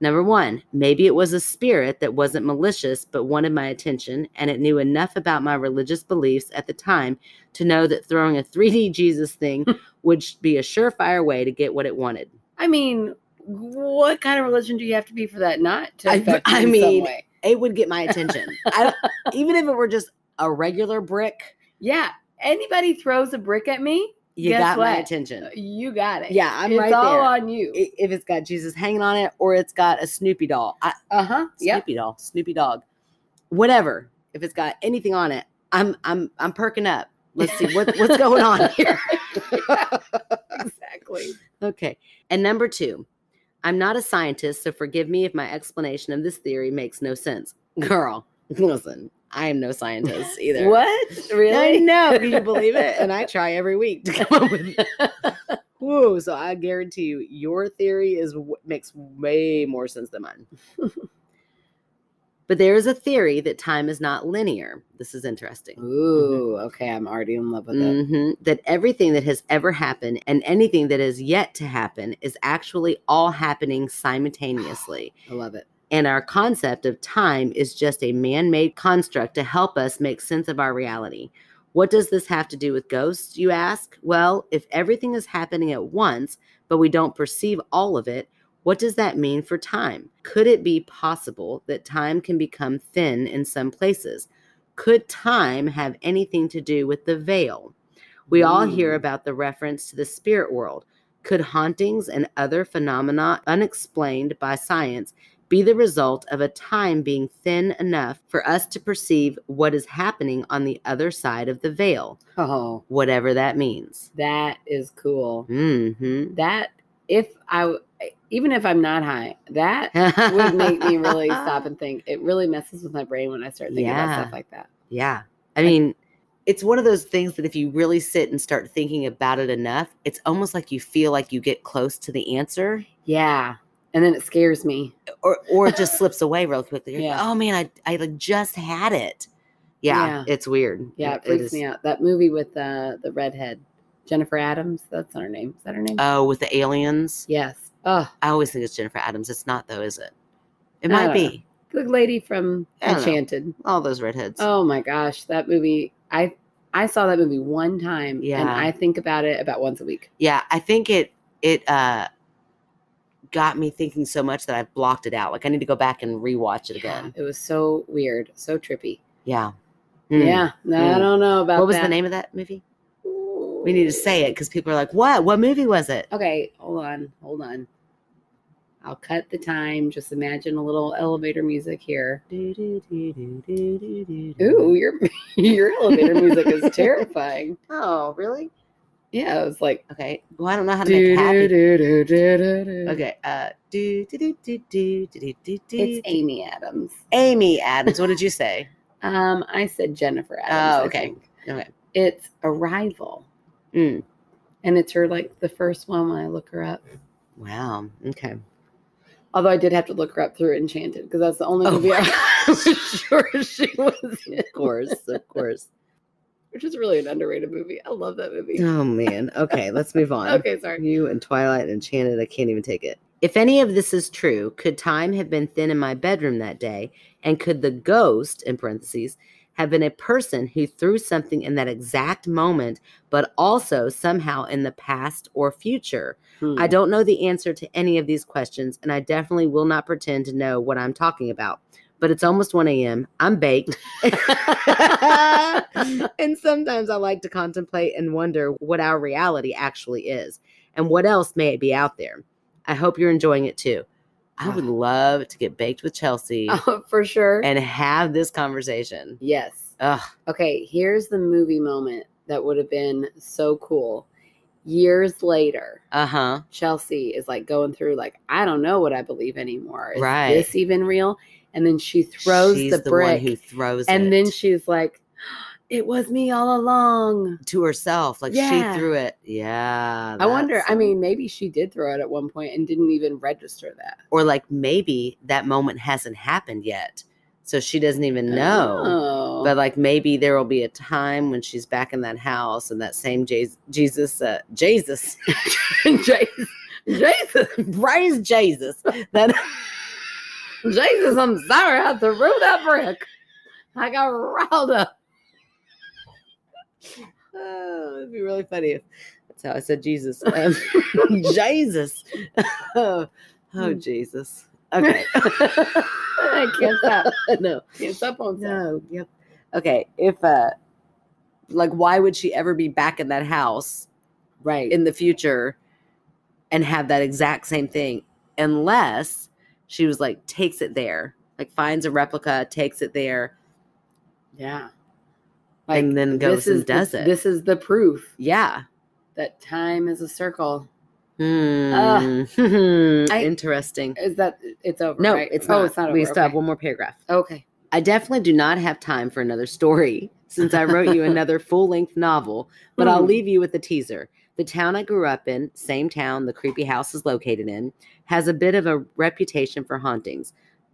S2: Number one, maybe it was a spirit that wasn't malicious but wanted my attention, and it knew enough about my religious beliefs at the time to know that throwing a 3D Jesus thing would sh- be a surefire way to get what it wanted.
S1: I mean, what kind of religion do you have to be for that not to
S2: I-
S1: affect you
S2: I
S1: in some
S2: mean-
S1: way?
S2: It would get my attention. I, even if it were just a regular brick,
S1: Yeah. Anybody throws a brick at me,
S2: you
S1: Guess
S2: got my
S1: what?
S2: attention.
S1: you got it.
S2: Yeah, I'm
S1: it's
S2: right
S1: all
S2: there.
S1: on you.
S2: I- if it's got Jesus hanging on it or it's got a Snoopy doll, I,
S1: Uh huh. Yep.
S2: Snoopy doll, Snoopy dog, whatever. If it's got anything on it, I'm I'm I'm perking up. Let's see what, what's going on here.
S1: Exactly.
S2: Okay. And number two, I'm not a scientist, so forgive me if my explanation of this theory makes no sense. Girl, listen, I am no scientist either.
S1: What?
S2: I
S1: Really?
S2: know. Can you believe it? And I try every week to come up with it. Whoa! So I guarantee you, your theory is w- makes way more sense than mine. but there is a theory that time is not linear. This is interesting.
S1: Ooh. Okay. I'm already in love with it.
S2: Mhm. That everything that has ever happened and anything that is yet to happen is actually all happening simultaneously.
S1: I love it.
S2: And our concept of time is just a man made construct to help us make sense of our reality. What does this have to do with ghosts, you ask? Well, if everything is happening at once, but we don't perceive all of it, what does that mean for time? Could it be possible that time can become thin in some places? Could time have anything to do with the veil? We all hear
S1: Mm.
S2: about the reference to the spirit world. Could hauntings and other phenomena unexplained by science be the result of a time being thin enough for us to perceive what is happening on the other side of the veil,
S1: Oh,
S2: whatever that means?
S1: that is cool.
S2: Mm-hmm.
S1: That if I w- e, even if I'm not high, that would make me really stop and think. It really messes with my brain when I start thinking
S2: Yeah.
S1: about stuff like that.
S2: Yeah. I mean, it's one of those things that if you really sit and start thinking about it enough, it's almost like you feel like you get close to the answer
S1: Yeah. And then it scares me.
S2: or or it just slips away real quickly. You're like,
S1: Yeah.
S2: oh man, I, I like just had it. Yeah,
S1: Yeah.
S2: it's weird.
S1: Yeah, it freaks me out. That movie with uh, the redhead, Jennifer Adams. That's her name. Is that her name?
S2: Oh, with the aliens.
S1: yes. Oh,
S2: I always think it's Jennifer Adams. It's not though, is it? It
S1: I
S2: might
S1: don't know.
S2: be.
S1: the lady from
S2: I don't know.
S1: Enchanted.
S2: All those redheads.
S1: Oh my gosh, that movie! I I saw that movie one time, and
S2: Yeah.
S1: I think about it about once a week.
S2: Yeah, I think it it uh got me thinking so much that I've blocked it out. Like I need to go back and rewatch it
S1: Yeah,
S2: again.
S1: It was so weird, so trippy.
S2: Yeah. Mm.
S1: Yeah, no, I
S2: Mm.
S1: don't know about
S2: What was the
S1: that.
S2: name of that movie? We need to say it because people are like, "What? What movie was it?"
S1: Okay, hold on, hold on. I'll cut the time. Just imagine a little elevator music here. Ooh,
S2: Ooh.
S1: your your elevator music is terrifying.
S2: Oh, really?
S1: Yeah, it was like
S2: Okay. Well, I don't know how to make it happy.
S1: Okay.
S2: Okay. Uh, do, do, do, do, do, do, do, do,
S1: It's
S2: do.
S1: Amy Adams.
S2: Amy Adams. What did you say?
S1: Um, I said Jennifer Adams. I
S2: Oh, okay.
S1: think.
S2: Okay.
S1: It's Arrival,
S2: Mm.
S1: and it's her like the first one when I look her up.
S2: Wow. Okay.
S1: Although I did have to look her up through Enchanted because that's the only
S2: Oh
S1: movie
S2: my
S1: I was sure she was in,
S2: Of course. Of course.
S1: which is really an underrated movie. I love that movie.
S2: Oh, man. Okay. Let's move on.
S1: Okay, sorry.
S2: You and Twilight and Enchanted, I can't even take it. If any of this is true, could time have been thin in my bedroom that day? And could the ghost, in parentheses, have been a person who threw something in that exact moment, but also somehow in the past or future?
S1: Hmm.
S2: I don't know the answer to any of these questions, and I definitely will not pretend to know what I'm talking about. But it's almost 1 a.m. I'm baked. and sometimes I like to contemplate and wonder what our reality actually is and what else may be out there. I hope you're enjoying it too. I would love to get baked with Chelsea
S1: Oh, for sure.
S2: and have this conversation.
S1: yes.
S2: Ugh.
S1: Okay, here's the movie moment that would have been so cool. Years later,
S2: Uh huh.
S1: Chelsea is like going through like I don't know what I believe anymore. Is
S2: Right.
S1: this even real? And then she throws
S2: She's
S1: the brick,
S2: one who throws
S1: and
S2: it
S1: then she's like, "It was me all along."
S2: to herself, like
S1: Yeah.
S2: she threw it. Yeah.
S1: I wonder.
S2: that's-
S1: I mean, maybe she did throw it at one point and didn't even register that.
S2: or like maybe that moment hasn't happened yet. So she doesn't even know.
S1: Oh.
S2: But like maybe there will be a time when she's back in that house and that same Jes- Jesus, uh, Jesus,
S1: Jesus, Jesus,
S2: praise Jesus. That
S1: Jesus, I'm sorry I threw that brick. I got riled up.
S2: oh, it'd be really funny. If, that's how I said Jesus, um, Jesus. oh,
S1: Hmm.
S2: Jesus. Okay.
S1: I can't stop.
S2: no.
S1: Can't stop on that.
S2: No. Yep. Okay. If uh, like, why would she ever be back in that house?
S1: Right.
S2: in the future and have that exact same thing unless she was like takes it there like finds a replica takes it there
S1: yeah.
S2: and then goes and does
S1: the,
S2: it
S1: This is the proof
S2: yeah
S1: that time is a circle.
S2: Hmm.
S1: I-
S2: interesting
S1: Is that it's over?
S2: no
S1: right?
S2: it's
S1: Oh,
S2: not
S1: it's not
S2: we
S1: over.
S2: still have
S1: okay.
S2: one more paragraph
S1: Okay.
S2: I definitely do not have time for another story since I wrote you another full length novel, but I'll
S1: Hmm.
S2: leave you with a teaser. The town I grew up in, same town the creepy house is located in, has a bit of a reputation for hauntings.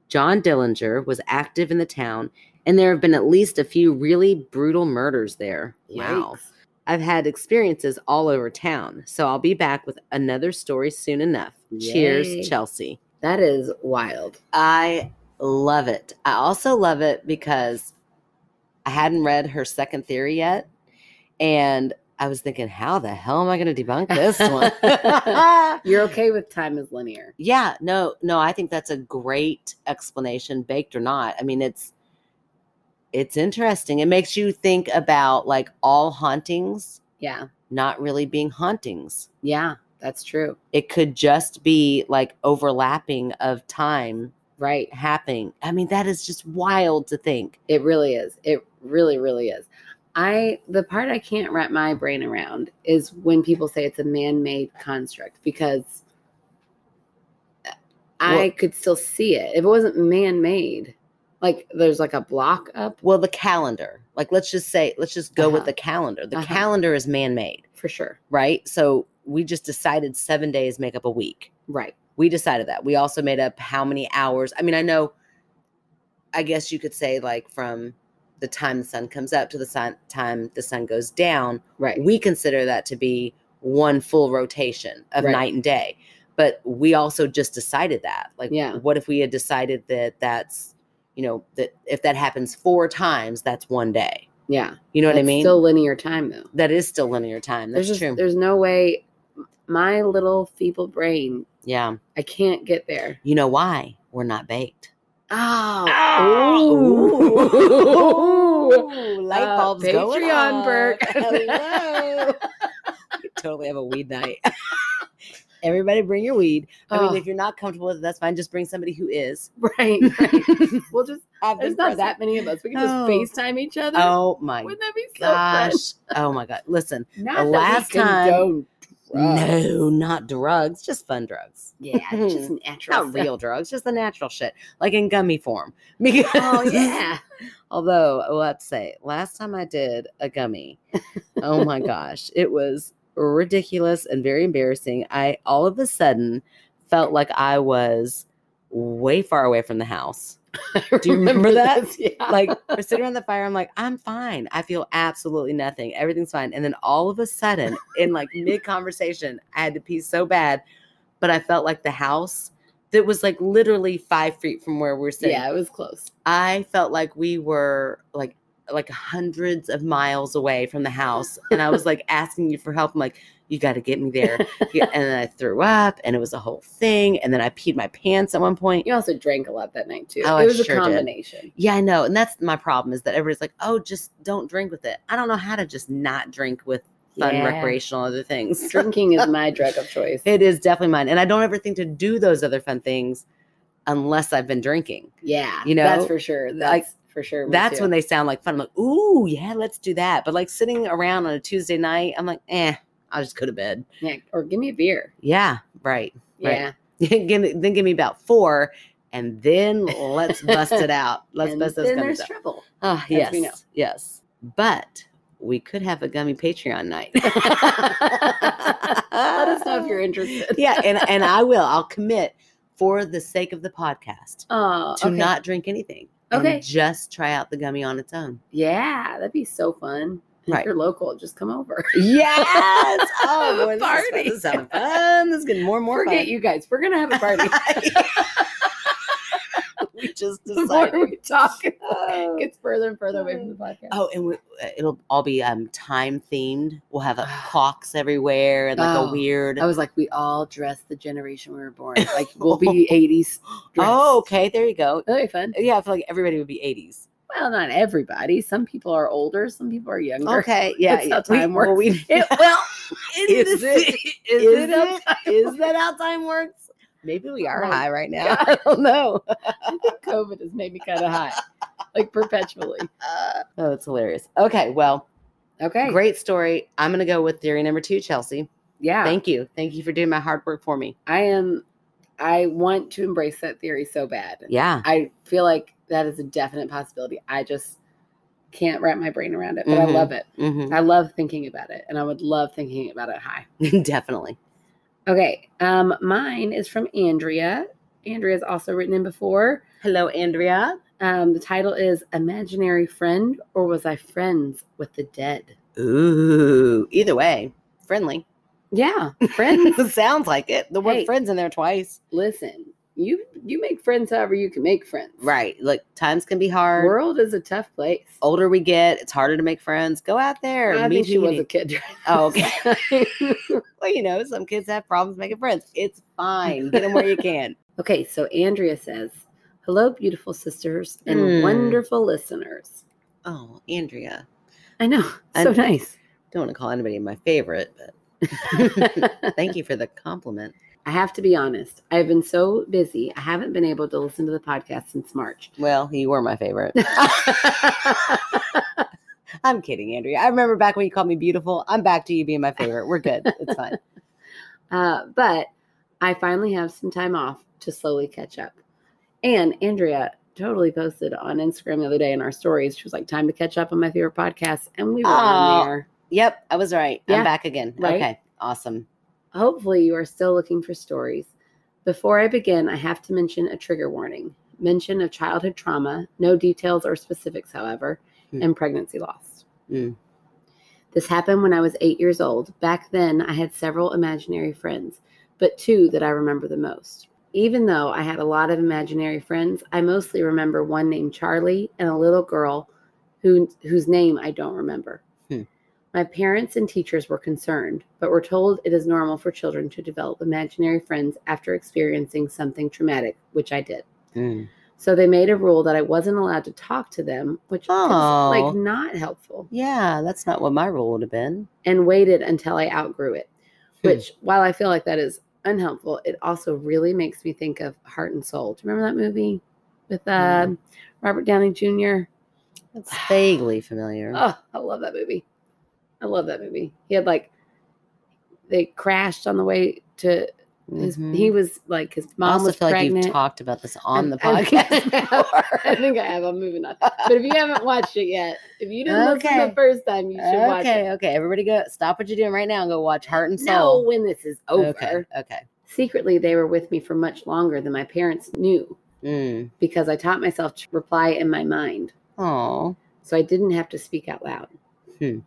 S2: John Dillinger was active in the town, and there have been at least a few really brutal murders there.
S1: Yikes.
S2: I've had experiences all over town, so I'll be back with another story soon enough.
S1: Yay.
S2: Cheers, Chelsea.
S1: That is wild.
S2: I love it. I also love it because I hadn't read her second theory yet. And I was thinking, how the hell am I going to debunk this one?
S1: You're okay with time is linear.
S2: yeah, no, no, I think that's a great explanation, baked or not. I mean, it's it's interesting. It makes you think about like all hauntings
S1: Yeah.
S2: not really being hauntings.
S1: Yeah. That's true.
S2: It could just be like overlapping of time
S1: Right.
S2: happening. I mean, that is just wild to think.
S1: It really is. It really, really is. I the part I can't wrap my brain around is when people say it's a man-made construct because I
S2: Well-
S1: could still see it. If it wasn't man-made, like there's like a block up
S2: Well, the calendar, like let's just say, let's just go with
S1: Uh-huh.
S2: the calendar. The
S1: Uh-huh.
S2: calendar is man made,
S1: for sure.
S2: right? So we just decided seven days make up a week.
S1: Right.
S2: We decided that. We also made up how many hours. I mean, I know, I guess you could say, like, from the time the sun comes up to the sun, time the sun goes down,
S1: Right.
S2: we consider that to be one full rotation of
S1: Right.
S2: night and day. But we also just decided that. Like,
S1: Yeah.
S2: what if we had decided that that's, you know, that if that happens four times, that's one day.
S1: Yeah.
S2: You know what I
S1: That's
S2: mean?
S1: Still linear time though.
S2: that is still linear time.
S1: There's
S2: That's
S1: just
S2: true.
S1: there's no way my little feeble brain
S2: yeah.
S1: I can't get there.
S2: You know why we're not baked?
S1: Oh.
S2: Ooh. light
S1: Uh,
S2: bulbs going
S1: Patreon
S2: off.
S1: perk.
S2: Hello. totally have a weed night. everybody bring your weed. I
S1: Oh.
S2: mean, if you're not comfortable with it, that's fine. Just bring somebody who is.
S1: Right. right. we'll just
S2: I've been
S1: there's not
S2: present.
S1: that many of us. We can
S2: No.
S1: just FaceTime each other.
S2: Oh my
S1: Wouldn't that be so
S2: gosh.
S1: fun?
S2: oh my god. Listen.
S1: Not
S2: The
S1: that we
S2: last time-
S1: condone drugs.
S2: No, not drugs, just fun drugs.
S1: Yeah, just natural.
S2: Not real drugs, just the natural shit, like in gummy form. Because
S1: Oh yeah.
S2: Although I will have to say, last time I did a gummy, oh my gosh, it was ridiculous and very embarrassing. I all of a sudden felt like I was way far away from the house. Do you remember that?
S1: this? Yeah.
S2: Like we're sitting around the fire, I'm like, I'm fine. I feel absolutely nothing. Everything's fine. And then all of a sudden, in like mid conversation, I had to pee so bad, but I felt like the house that was like literally five feet from where we're sitting.
S1: yeah, it was close.
S2: I felt like we were like like hundreds of miles away from the house, and I was like asking you for help. I'm like, you got to get me there. You- and then I threw up, and it was a whole thing. And then I peed my pants at one point.
S1: You also drank a lot that night too.
S2: Oh, I
S1: it was
S2: sure
S1: a
S2: did.
S1: combination.
S2: Yeah, I know, and that's my problem is that everybody's like, "Oh, just don't drink with it." I don't know how to just not drink with fun
S1: Yeah.
S2: recreational other things.
S1: Drinking is my drug of choice.
S2: It is definitely mine, and I don't ever think to do those other fun things unless I've been drinking.
S1: yeah,
S2: You
S1: that's
S2: know,
S1: for sure. That's
S2: like,
S1: for sure. me
S2: That's
S1: too.
S2: when they sound like fun. I'm like, ooh, yeah, let's do that. But like sitting around on a Tuesday night, I'm like, eh, I'll just go to bed.
S1: yeah, or give me a beer.
S2: Yeah, right. Right.
S1: Yeah,
S2: give me, then give me about four, and then let's bust it out. Let's
S1: and
S2: bust those
S1: then
S2: gummies
S1: there's
S2: out.
S1: trouble.
S2: Ah,
S1: we
S2: yes,
S1: know.
S2: yes. But we could have a gummy Patreon night.
S1: Let us know if you're interested.
S2: Yeah, and and I will. I'll commit for the sake of the podcast
S1: Oh,
S2: to
S1: okay.
S2: not drink anything. and
S1: Okay.
S2: just try out the gummy on its own.
S1: Yeah, that'd be so fun. And
S2: Right.
S1: If you're local, just come over.
S2: Yes. Oh,
S1: Have a
S2: boy, this is, fun.
S1: party.
S2: this is having fun. This is getting more and more
S1: Forget
S2: fun.
S1: you guys. We're gonna have a party.
S2: we just
S1: the more
S2: decided.
S1: we talk, it
S2: Oh.
S1: gets further and further away from the podcast.
S2: Oh, and we, it'll all be um time themed. We'll have uh, clocks everywhere and like a
S1: Oh,
S2: weird.
S1: I was like, we all dress the generation we were born. Like we'll be eighties.
S2: Oh, okay. There you go.
S1: that'd be fun.
S2: Yeah, I feel like everybody would be 80s.
S1: Well, not everybody. Some people are older. Some people are younger.
S2: Okay. Yeah.
S1: That's
S2: yeah.
S1: how time
S2: we,
S1: works.
S2: Well, we,
S1: It, well, it
S2: is, it, is,
S1: is it
S2: it, how time- is that how time works? Maybe we are
S1: Oh,
S2: high right now. I don't know.
S1: COVID has made me kind of high, like perpetually.
S2: oh, it's hilarious. Okay. Well,
S1: Okay.
S2: Great story. I'm going to go with theory number two, Chelsea.
S1: Yeah.
S2: Thank you. Thank you for doing my hard work for me.
S1: I am. I want to embrace that theory so bad.
S2: Yeah.
S1: I feel like that is a definite possibility. I just can't wrap my brain around it, but
S2: Mhm.
S1: I love it.
S2: hmm
S1: I love thinking about it, and I would love thinking about it high.
S2: Definitely.
S1: Okay. Um, mine is from Andrea. Andrea's also written in before.
S2: Hello, Andrea.
S1: Um, the title is Imaginary Friend or Was I Friends with the Dead?
S2: Ooh. Either way, friendly.
S1: Yeah. Friends.
S2: Friends sounds like it. The word
S1: Hey.
S2: friends in there twice.
S1: Listen, you you make friends however you can make friends.
S2: Right. Look, times can be hard.
S1: World is a tough place.
S2: Older we get, it's harder to make friends. Go out there.
S1: I
S2: meet
S1: think she
S2: who you
S1: was
S2: need.
S1: a kid.
S2: Oh, okay. well, you know, some kids have problems making friends. It's fine. Get them where you can.
S1: okay, so Andrea says, "Hello, beautiful sisters and
S2: Hmm.
S1: wonderful listeners."
S2: Oh, Andrea.
S1: I know, so
S2: And-
S1: nice.
S2: Don't want to call anybody my favorite, but
S1: I
S2: Thank you for the compliment.
S1: have to be honest. I've been so busy. I haven't been able to listen to the podcast since March.
S2: Well, you were my favorite. I'm kidding, Andrea. I remember back when you called me beautiful. I'm back to you being my favorite. We're good. It's fine.
S1: Uh, but I finally have some time off to slowly catch up. And Andrea totally posted on Instagram the other day in our stories. She was like, "Time to catch up on my favorite podcast," and we were
S2: Aw.
S1: on there.
S2: Yep, I was right. I'm
S1: Yeah,
S2: back again.
S1: right?
S2: Okay, awesome.
S1: Hopefully, you are still looking for stories. Before I begin, I have to mention a trigger warning mention of childhood trauma, no details or specifics, however,
S2: Hmm.
S1: and pregnancy loss.
S2: Mm.
S1: This happened when I was eight years old. Back then, I had several imaginary friends, but two that I remember the most. Even though I had a lot of imaginary friends, I mostly remember one named Charlie and a little girl who, whose name I don't remember. My parents and teachers were concerned, but were told it is normal for children to develop imaginary friends after experiencing something traumatic, which I did.
S2: Mm.
S1: So they made a rule that I wasn't allowed to talk to them, which
S2: Oh.
S1: is like not helpful,
S2: Yeah, that's not what my rule would have been.
S1: and waited until I outgrew it.
S2: Hmm.
S1: Which, while I feel like that is unhelpful. It also really makes me think of Heart and Soul. Do you remember that movie with uh,
S2: Mm.
S1: Robert Downey Jr.?
S2: It's vaguely familiar.
S1: Oh, I love that movie. I love that movie. He had like they crashed on the way to his.
S2: Mhm.
S1: He was like his
S2: I
S1: mom
S2: also
S1: was
S2: feel like
S1: pregnant.
S2: you've talked about this on
S1: I'm-
S2: the
S1: I'm-
S2: podcast.
S1: I
S2: before.
S1: think I have. I'm moving on. But if you haven't watched it yet, if you didn't listen
S2: Okay.
S1: the first time, you should watch it.
S2: okay, okay. Everybody go stop what you're doing right now and go watch Heart and
S1: Know
S2: Soul.
S1: when this is over.
S2: Okay. Okay.
S1: Secretly, they were with me for much longer than my parents knew
S2: Mm.
S1: because I taught myself to reply in my mind,
S2: Oh.
S1: so I didn't have to speak out loud.
S2: Hmm.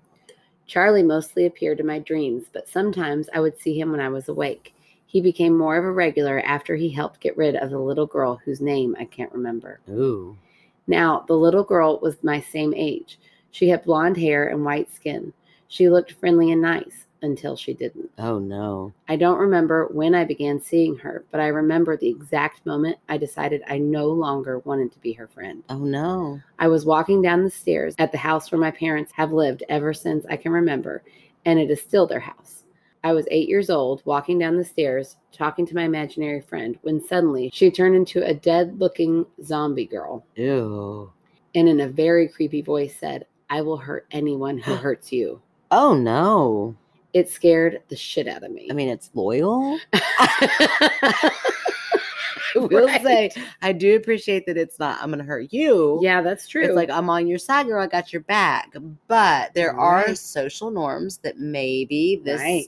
S1: Charlie mostly appeared in my dreams, but sometimes I would see him when I was awake. He became more of a regular after he helped get rid of the little girl whose name I can't remember.
S2: Ooh.
S1: Now, the little girl was my same age. She had blonde hair and white skin. She looked friendly and nice until she didn't.
S2: Oh no.
S1: I don't remember when I began seeing her, but I remember the exact moment I decided I no longer wanted to be her friend.
S2: Oh no.
S1: I was walking down the stairs at the house where my parents have lived ever since I can remember, and it is still their house. I was eight years old, walking down the stairs, talking to my imaginary friend, when suddenly she turned into a dead looking zombie girl
S2: Ew.
S1: and in a very creepy voice said, I will hurt anyone who hurts you.
S2: Oh no.
S1: It scared the shit out of me.
S2: I mean, it's loyal. I will
S1: Right.
S2: say, I do appreciate that it's not. I'm gonna hurt you.
S1: yeah, that's true.
S2: It's like I'm on your side, girl. I got your back. But there are
S1: Right.
S2: social norms that maybe this
S1: Right.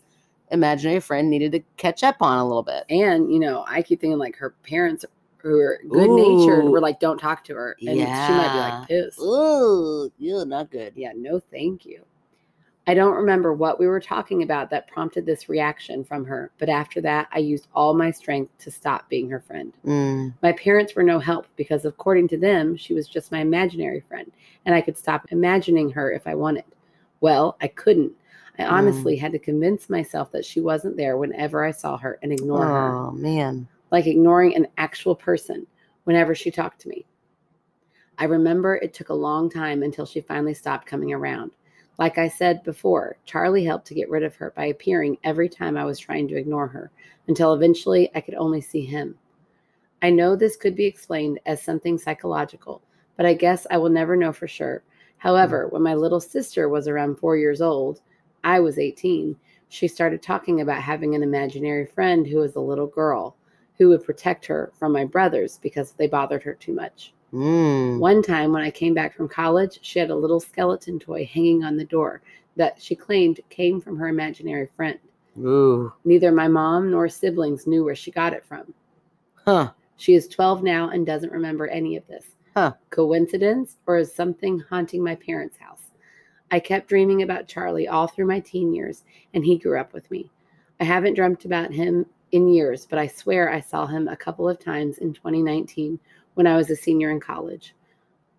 S2: imaginary friend needed to catch up on a little bit.
S1: and you know, I keep thinking like her parents who are good natured
S2: Ooh.
S1: were like, don't talk to her. And she might be like pissed.
S2: Ooh, you not good.
S1: Yeah, no, thank you. I don't remember what we were talking about that prompted this reaction from her, but after that, I used all my strength to stop being her friend.
S2: Mm.
S1: My parents were no help because, according to them, she was just my imaginary friend, and I could stop imagining her if I wanted. Well, I couldn't. I
S2: Mm.
S1: honestly had to convince myself that she wasn't there whenever I saw her and ignore her,
S2: Oh man.
S1: like ignoring an actual person whenever she talked to me. I remember it took a long time until she finally stopped coming around. Like I said before, Charlie helped to get rid of her by appearing every time I was trying to ignore her, until eventually I could only see him. I know this could be explained as something psychological, but I guess I will never know for sure. However, when my little sister was around four years old, I was 18, she started talking about having an imaginary friend who was a little girl who would protect her from my brothers because they bothered her too much.
S2: Mm.
S1: One time when I came back from college, she had a little skeleton toy hanging on the door that she claimed came from her imaginary friend.
S2: Ooh.
S1: Neither my mom nor siblings knew where she got it from.
S2: Huh.
S1: She is 12 now and doesn't remember any of this.
S2: Huh.
S1: Coincidence or is something haunting my parents' house? I kept dreaming about Charlie all through my teen years, and he grew up with me. I haven't dreamt about him in years, but I swear I saw him a couple of times in 2019 when I was a senior in college.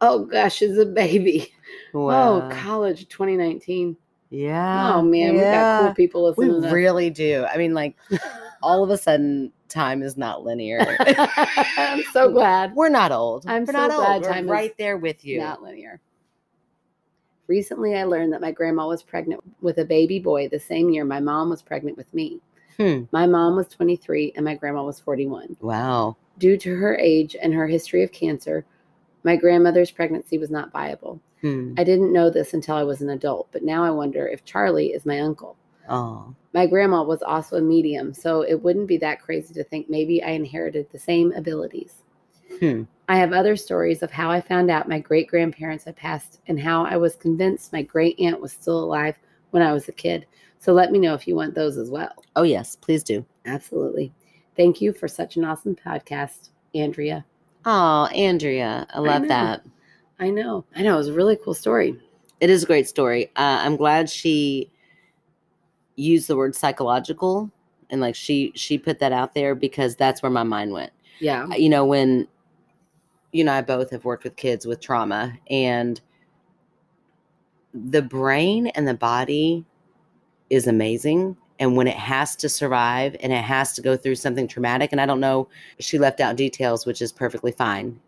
S1: Oh gosh, he's a baby.
S2: Wow.
S1: Oh, college 2019.
S2: yeah.
S1: oh man, we got
S2: yeah.
S1: cool people
S2: We
S1: listening to this.
S2: really do. I mean, like, all of a sudden, time is not linear.
S1: I'm so glad.
S2: We're not old.
S1: I'm so
S2: We're not
S1: glad
S2: old. We're
S1: time is
S2: right there with you.
S1: Not linear. Recently, I learned that my grandma was pregnant with a baby boy the same year my mom was pregnant with me.
S2: Hmm.
S1: My mom was 23 and my grandma was 41.
S2: Wow.
S1: Due to her age and her history of cancer, my grandmother's pregnancy was not viable.
S2: Hmm.
S1: I didn't know this until I was an adult, but now I wonder if Charlie is my uncle.
S2: Oh.
S1: My grandma was also a medium, so it wouldn't be that crazy to think maybe I inherited the same abilities.
S2: Hmm.
S1: I have other stories of how I found out my great grandparents had passed and how I was convinced my great aunt was still alive when I was a kid. So let me know if you want those as well.
S2: Oh yes, please do.
S1: Absolutely. Thank you for such an awesome podcast, Andrea.
S2: Oh, Andrea, I love
S1: know.
S2: that.
S1: I know. I know. It was a really cool story.
S2: It is a great story. Uh, I'm glad she used the word psychological and like she she put that out there because that's where my mind went.
S1: Yeah.
S2: you know, when you and I both have worked with kids with trauma and the brain and the body is amazing. And when it has to survive and it has to go through something traumatic, and I don't know, she left out details, which is perfectly fine.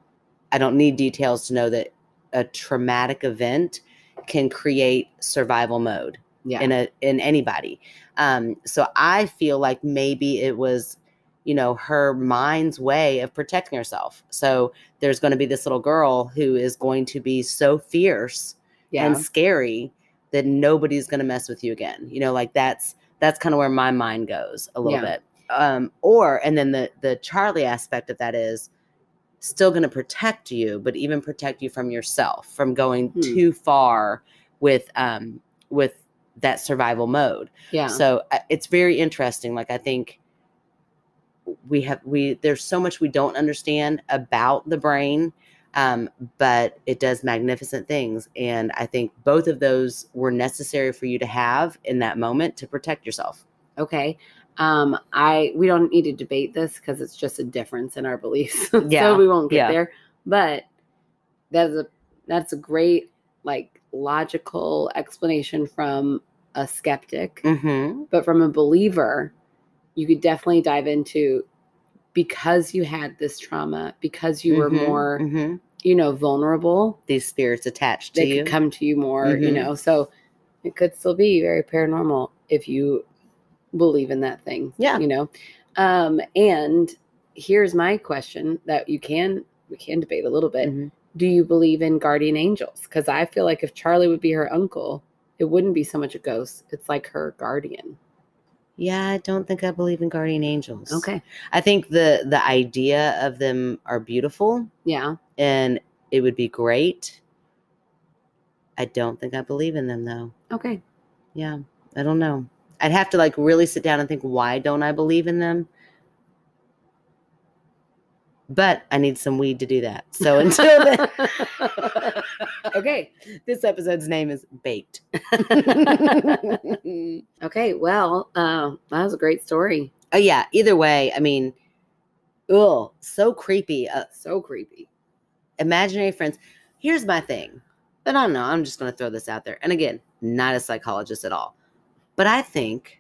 S2: I don't need details to know that a traumatic event can create survival mode
S1: Yeah.
S2: in a in anybody. Um, so I feel like maybe it was, you know, her mind's way of protecting herself. So there's going to be this little girl who is going to be so fierce
S1: yeah.
S2: and scary that nobody's going to mess with you again. You know, like that's that's kind of where my mind goes a little
S1: Yeah.
S2: bit. Um, or and then the the Charlie aspect of that is still going to protect you, but even protect you from yourself from going
S1: Hmm.
S2: too far with um with that survival mode.
S1: yeah.
S2: So I- it's very interesting. Like I think we have we there's so much we don't understand about the brain, um, but it does magnificent things. And I think both of those were necessary for you to have in that moment to protect yourself.
S1: okay um i we don't need to debate this because it's just a difference in our beliefs
S2: Yeah,
S1: so we won't get
S2: yeah.
S1: there but that's a that's a great like logical explanation from a skeptic
S2: Mm-hmm.
S1: but from a believer you could definitely dive into because you had this trauma because you
S2: Mm-hmm.
S1: were more
S2: Mm.
S1: you know vulnerable
S2: these spirits attached to
S1: mm-hmm. they
S2: you.
S1: could come to you more you
S2: Mhm.
S1: know so it could still be very paranormal if you believe in that thing
S2: Yeah.
S1: you know um and here's my question that you can we can debate a little bit
S2: Mhm.
S1: do you believe in guardian angels because i feel like if charlie would be her uncle it wouldn't be so much a ghost it's like her guardian
S2: Yeah, I don't think I believe in guardian angels. I think the the idea of them are beautiful.
S1: yeah
S2: and it would be great. I don't think I believe in them though.
S1: okay
S2: Yeah, I don't know. I'd have to like really sit down and think why don't I believe in them? But I need some weed to do that. So until then,
S1: okay
S2: this episode's name is Baked. oh
S1: okay well uh, that was a great story
S2: yeah, either way, I mean, ugh, so creepy. Uh,
S1: so creepy
S2: imaginary friends. Here's my thing, but I don't know. I'm just going to throw this out there. And again, not a psychologist at all, but I think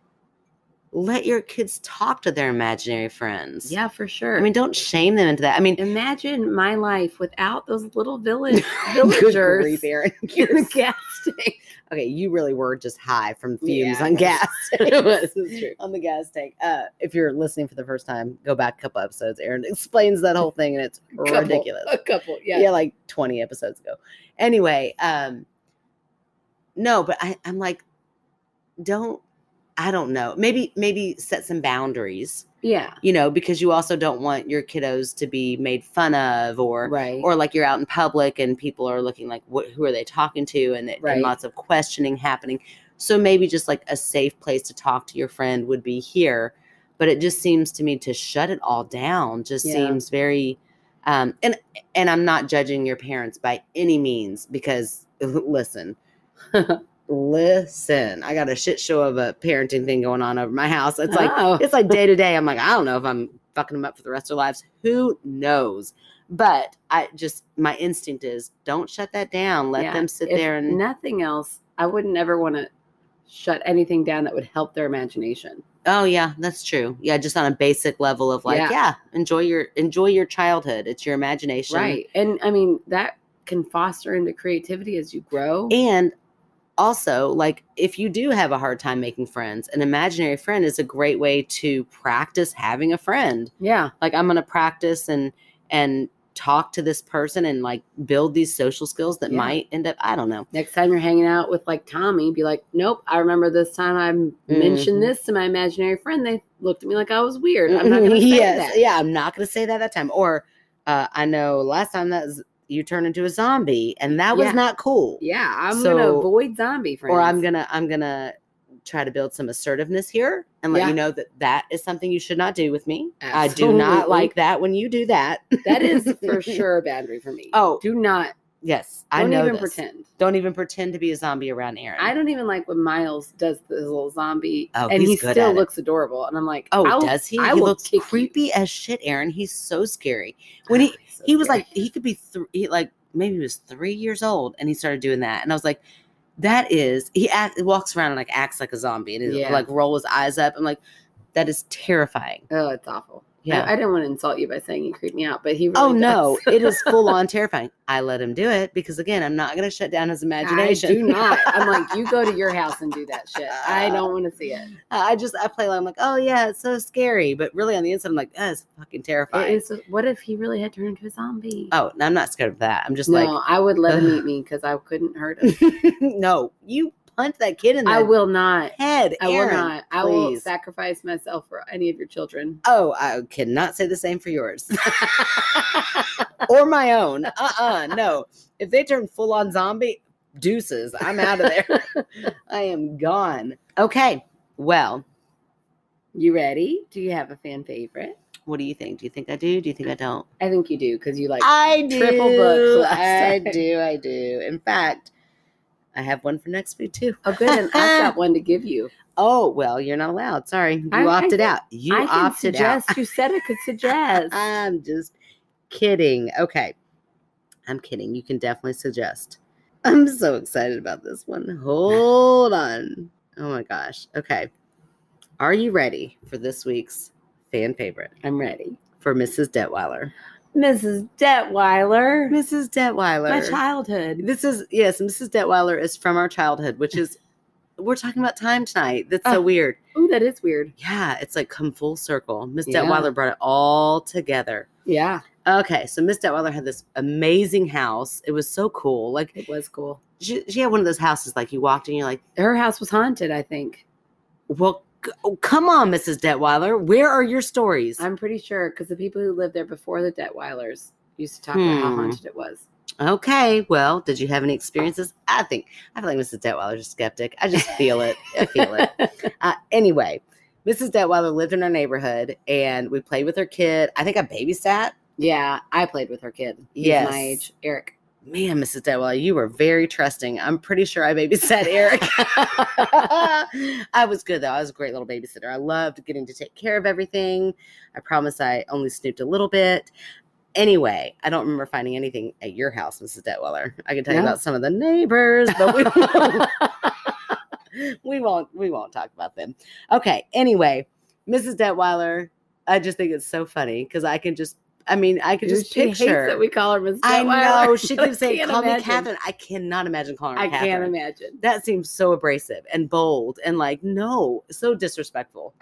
S2: let your kids talk to their imaginary friends.
S1: yeah for sure
S2: I mean, don't shame them into that. I mean,
S1: Imagine my life without those little village villagers
S2: grief, Erin.
S1: in the gas tank.
S2: okay, you really were just high from fumes
S1: Yeah,
S2: on
S1: it was-
S2: gas. It was-
S1: is true.
S2: on the gas tank. Uh, if you're listening for the first time, go back a couple episodes. Aaron explains that whole thing, and it's
S1: Couple,
S2: ridiculous.
S1: A couple, yeah.
S2: yeah. like 20 episodes ago anyway um no but I, i'm like don't i don't know maybe maybe set some boundaries
S1: Yeah.
S2: you know because you also don't want your kiddos to be made fun of or
S1: Right.
S2: or like you're out in public and people are looking like what who are they talking to and, it-
S1: Right.
S2: and lots of questioning happening so maybe just like a safe place to talk to your friend would be here but it just seems to me to shut it all down just
S1: Yeah.
S2: seems very um and and i'm not judging your parents by any means because listen listen i got a shit show of a parenting thing going on over my house it's like
S1: Oh,
S2: it's like day to day. I'm like, I don't know if I'm fucking them up for the rest of their lives. Who knows? But I just my instinct is don't shut that down. Let
S1: yeah.
S2: them sit
S1: If
S2: there and
S1: nothing else. I wouldn't ever want to shut anything down that would help their imagination.
S2: oh yeah, that's true. Yeah, just on a basic level of like, yeah,
S1: Yeah.
S2: enjoy your enjoy your childhood. It's your imagination.
S1: Right. And I mean that can foster into creativity as you grow.
S2: And also, like if you do have a hard time making friends, an imaginary friend is a great way to practice having a friend.
S1: yeah.
S2: like i'm going to practice and and talk to this person and like build these social skills that
S1: Yeah.
S2: might end up i don't know
S1: Next time you're hanging out with like Tommy, be like, "Nope, I remember this time I
S2: Mhm.
S1: mentioned this to my imaginary friend. They looked at me like I was weird. I'm not gonna say
S2: yes
S1: that."
S2: yeah i'm not going to say that that time or uh, i know last time that was, you turned into a zombie and that was
S1: Yeah.
S2: not cool
S1: Yeah, I'm gonna
S2: So-
S1: avoid zombie friends.
S2: or i'm going to i'm going to try to build some assertiveness here and let
S1: Yeah.
S2: you know that that is something you should not do with me i do not
S1: Absolutely.
S2: like that when you do that
S1: That is for sure a boundary for me.
S2: Oh.
S1: do not.
S2: yes
S1: Don't
S2: i know
S1: even
S2: this.
S1: pretend.
S2: don't even pretend to be a zombie around aaron
S1: I don't even like when Miles does this little zombie,
S2: Oh,
S1: and
S2: he's
S1: he
S2: good
S1: still
S2: at it.
S1: looks adorable. And I'm like,
S2: Oh,
S1: I'll-
S2: does he?
S1: I
S2: he
S1: will
S2: looks
S1: kick you.
S2: creepy as shit, Aaron. He's so scary. When he
S1: He's so
S2: he was
S1: scary.
S2: like he could be three, he, like maybe he was three years old, and he started doing that, and I was like, that is he act, walks around and like acts like a zombie, and he
S1: Yeah.
S2: like roll his eyes up. I'm like, that is terrifying.
S1: oh, it's awful.
S2: Yeah.
S1: I, I didn't want to insult you by saying you creeped me out, but he really
S2: oh no,
S1: does.
S2: it is full on terrifying. I let him do it because again, I'm not going to shut down his imagination.
S1: I do not. I'm like, you go to your house and do that shit. I don't want to see it.
S2: I just I play along. I'm like, oh yeah, it's so scary, but really on the inside, I'm like, that's fucking terrifying.
S1: It is, what if he really had turned into a zombie?
S2: oh, and I'm not scared of that. I'm just
S1: no,
S2: like,
S1: I would let him eat me because I couldn't hurt him.
S2: no, you punt that kid in the
S1: I will not.
S2: head.
S1: I will
S2: Aaron.
S1: not. I will
S2: please.
S1: sacrifice myself for any of your children.
S2: Oh, I cannot say the same for yours or my own. Uh uh No. If they turn full on zombie, deuces. I'm out of there. I am gone. Okay. Well,
S1: You ready? Do you have a fan favorite?
S2: what do you think? Do you think I do? Do you think I don't?
S1: I think you do because you like.
S2: I do.
S1: triple booked last
S2: I
S1: night.
S2: do. I do. In fact, I have one for next week too.
S1: oh, good. And I've got one to give you.
S2: Oh, well, you're not allowed. Sorry. You
S1: I- I can-
S2: opted out. You
S1: I can
S2: opted out.
S1: suggest. You said I could suggest.
S2: I'm just kidding. Okay. I'm kidding. You can definitely suggest. I'm so excited about this one. Hold on. Oh my gosh. Okay. Are you ready for this week's fan favorite
S1: I'm ready.
S2: for Mrs. Detweiler?
S1: Mrs. Detweiler. Hmm.
S2: Mrs. Detweiler.
S1: My childhood.
S2: This is, yes, Mrs. Detweiler is from our childhood, which is, we're talking about time tonight. That's so
S1: Oh.
S2: weird.
S1: Oh, that is weird.
S2: Yeah, it's like come full circle. Miss
S1: Yeah.
S2: Detweiler brought it all together.
S1: Yeah,
S2: Okay, so Miss Detweiler had this amazing house. It was so cool. Like
S1: it was cool.
S2: she, she had one of those houses. Like you walked in, you're like,
S1: Her house was haunted, I think.
S2: "Well, c- oh, come on, Mrs. Detweiler, where are your stories?"
S1: I'm pretty sure because the people who lived there before the Detweilers used to talk about how
S2: Hmm.
S1: haunted it was.
S2: okay, well, did you have any experiences? I think I feel like Mrs. Detweiler's a skeptic. I just feel it. I feel it. Uh, anyway, Mrs. Detweiler lived in our neighborhood, and we played with her kid. I think I babysat.
S1: yeah, I played with her kid. He's
S2: Yes.
S1: my age, Eric.
S2: Man, Mrs. Detweiler, you were very trusting. I'm pretty sure I babysat Eric. I was good though. I was a great little babysitter. I loved getting to take care of everything. I promise I only snooped a little bit. Anyway, I don't remember finding anything at your house, Mrs. Detweiler. I can tell you
S1: No.
S2: about some of the neighbors, but we won't, we won't we won't talk about them. Okay. Anyway, Mrs. Detweiler, I just think it's so funny because I can just I mean, I could
S1: Dude,
S2: just
S1: she hates
S2: picture
S1: that we call her Mrs.
S2: I
S1: Detweiler.
S2: know. She
S1: I
S2: keeps saying,
S1: can't
S2: call me
S1: imagine.
S2: Catherine. I cannot imagine calling her
S1: I
S2: Catherine.
S1: can't imagine.
S2: That seems so abrasive and bold and like, no, so disrespectful.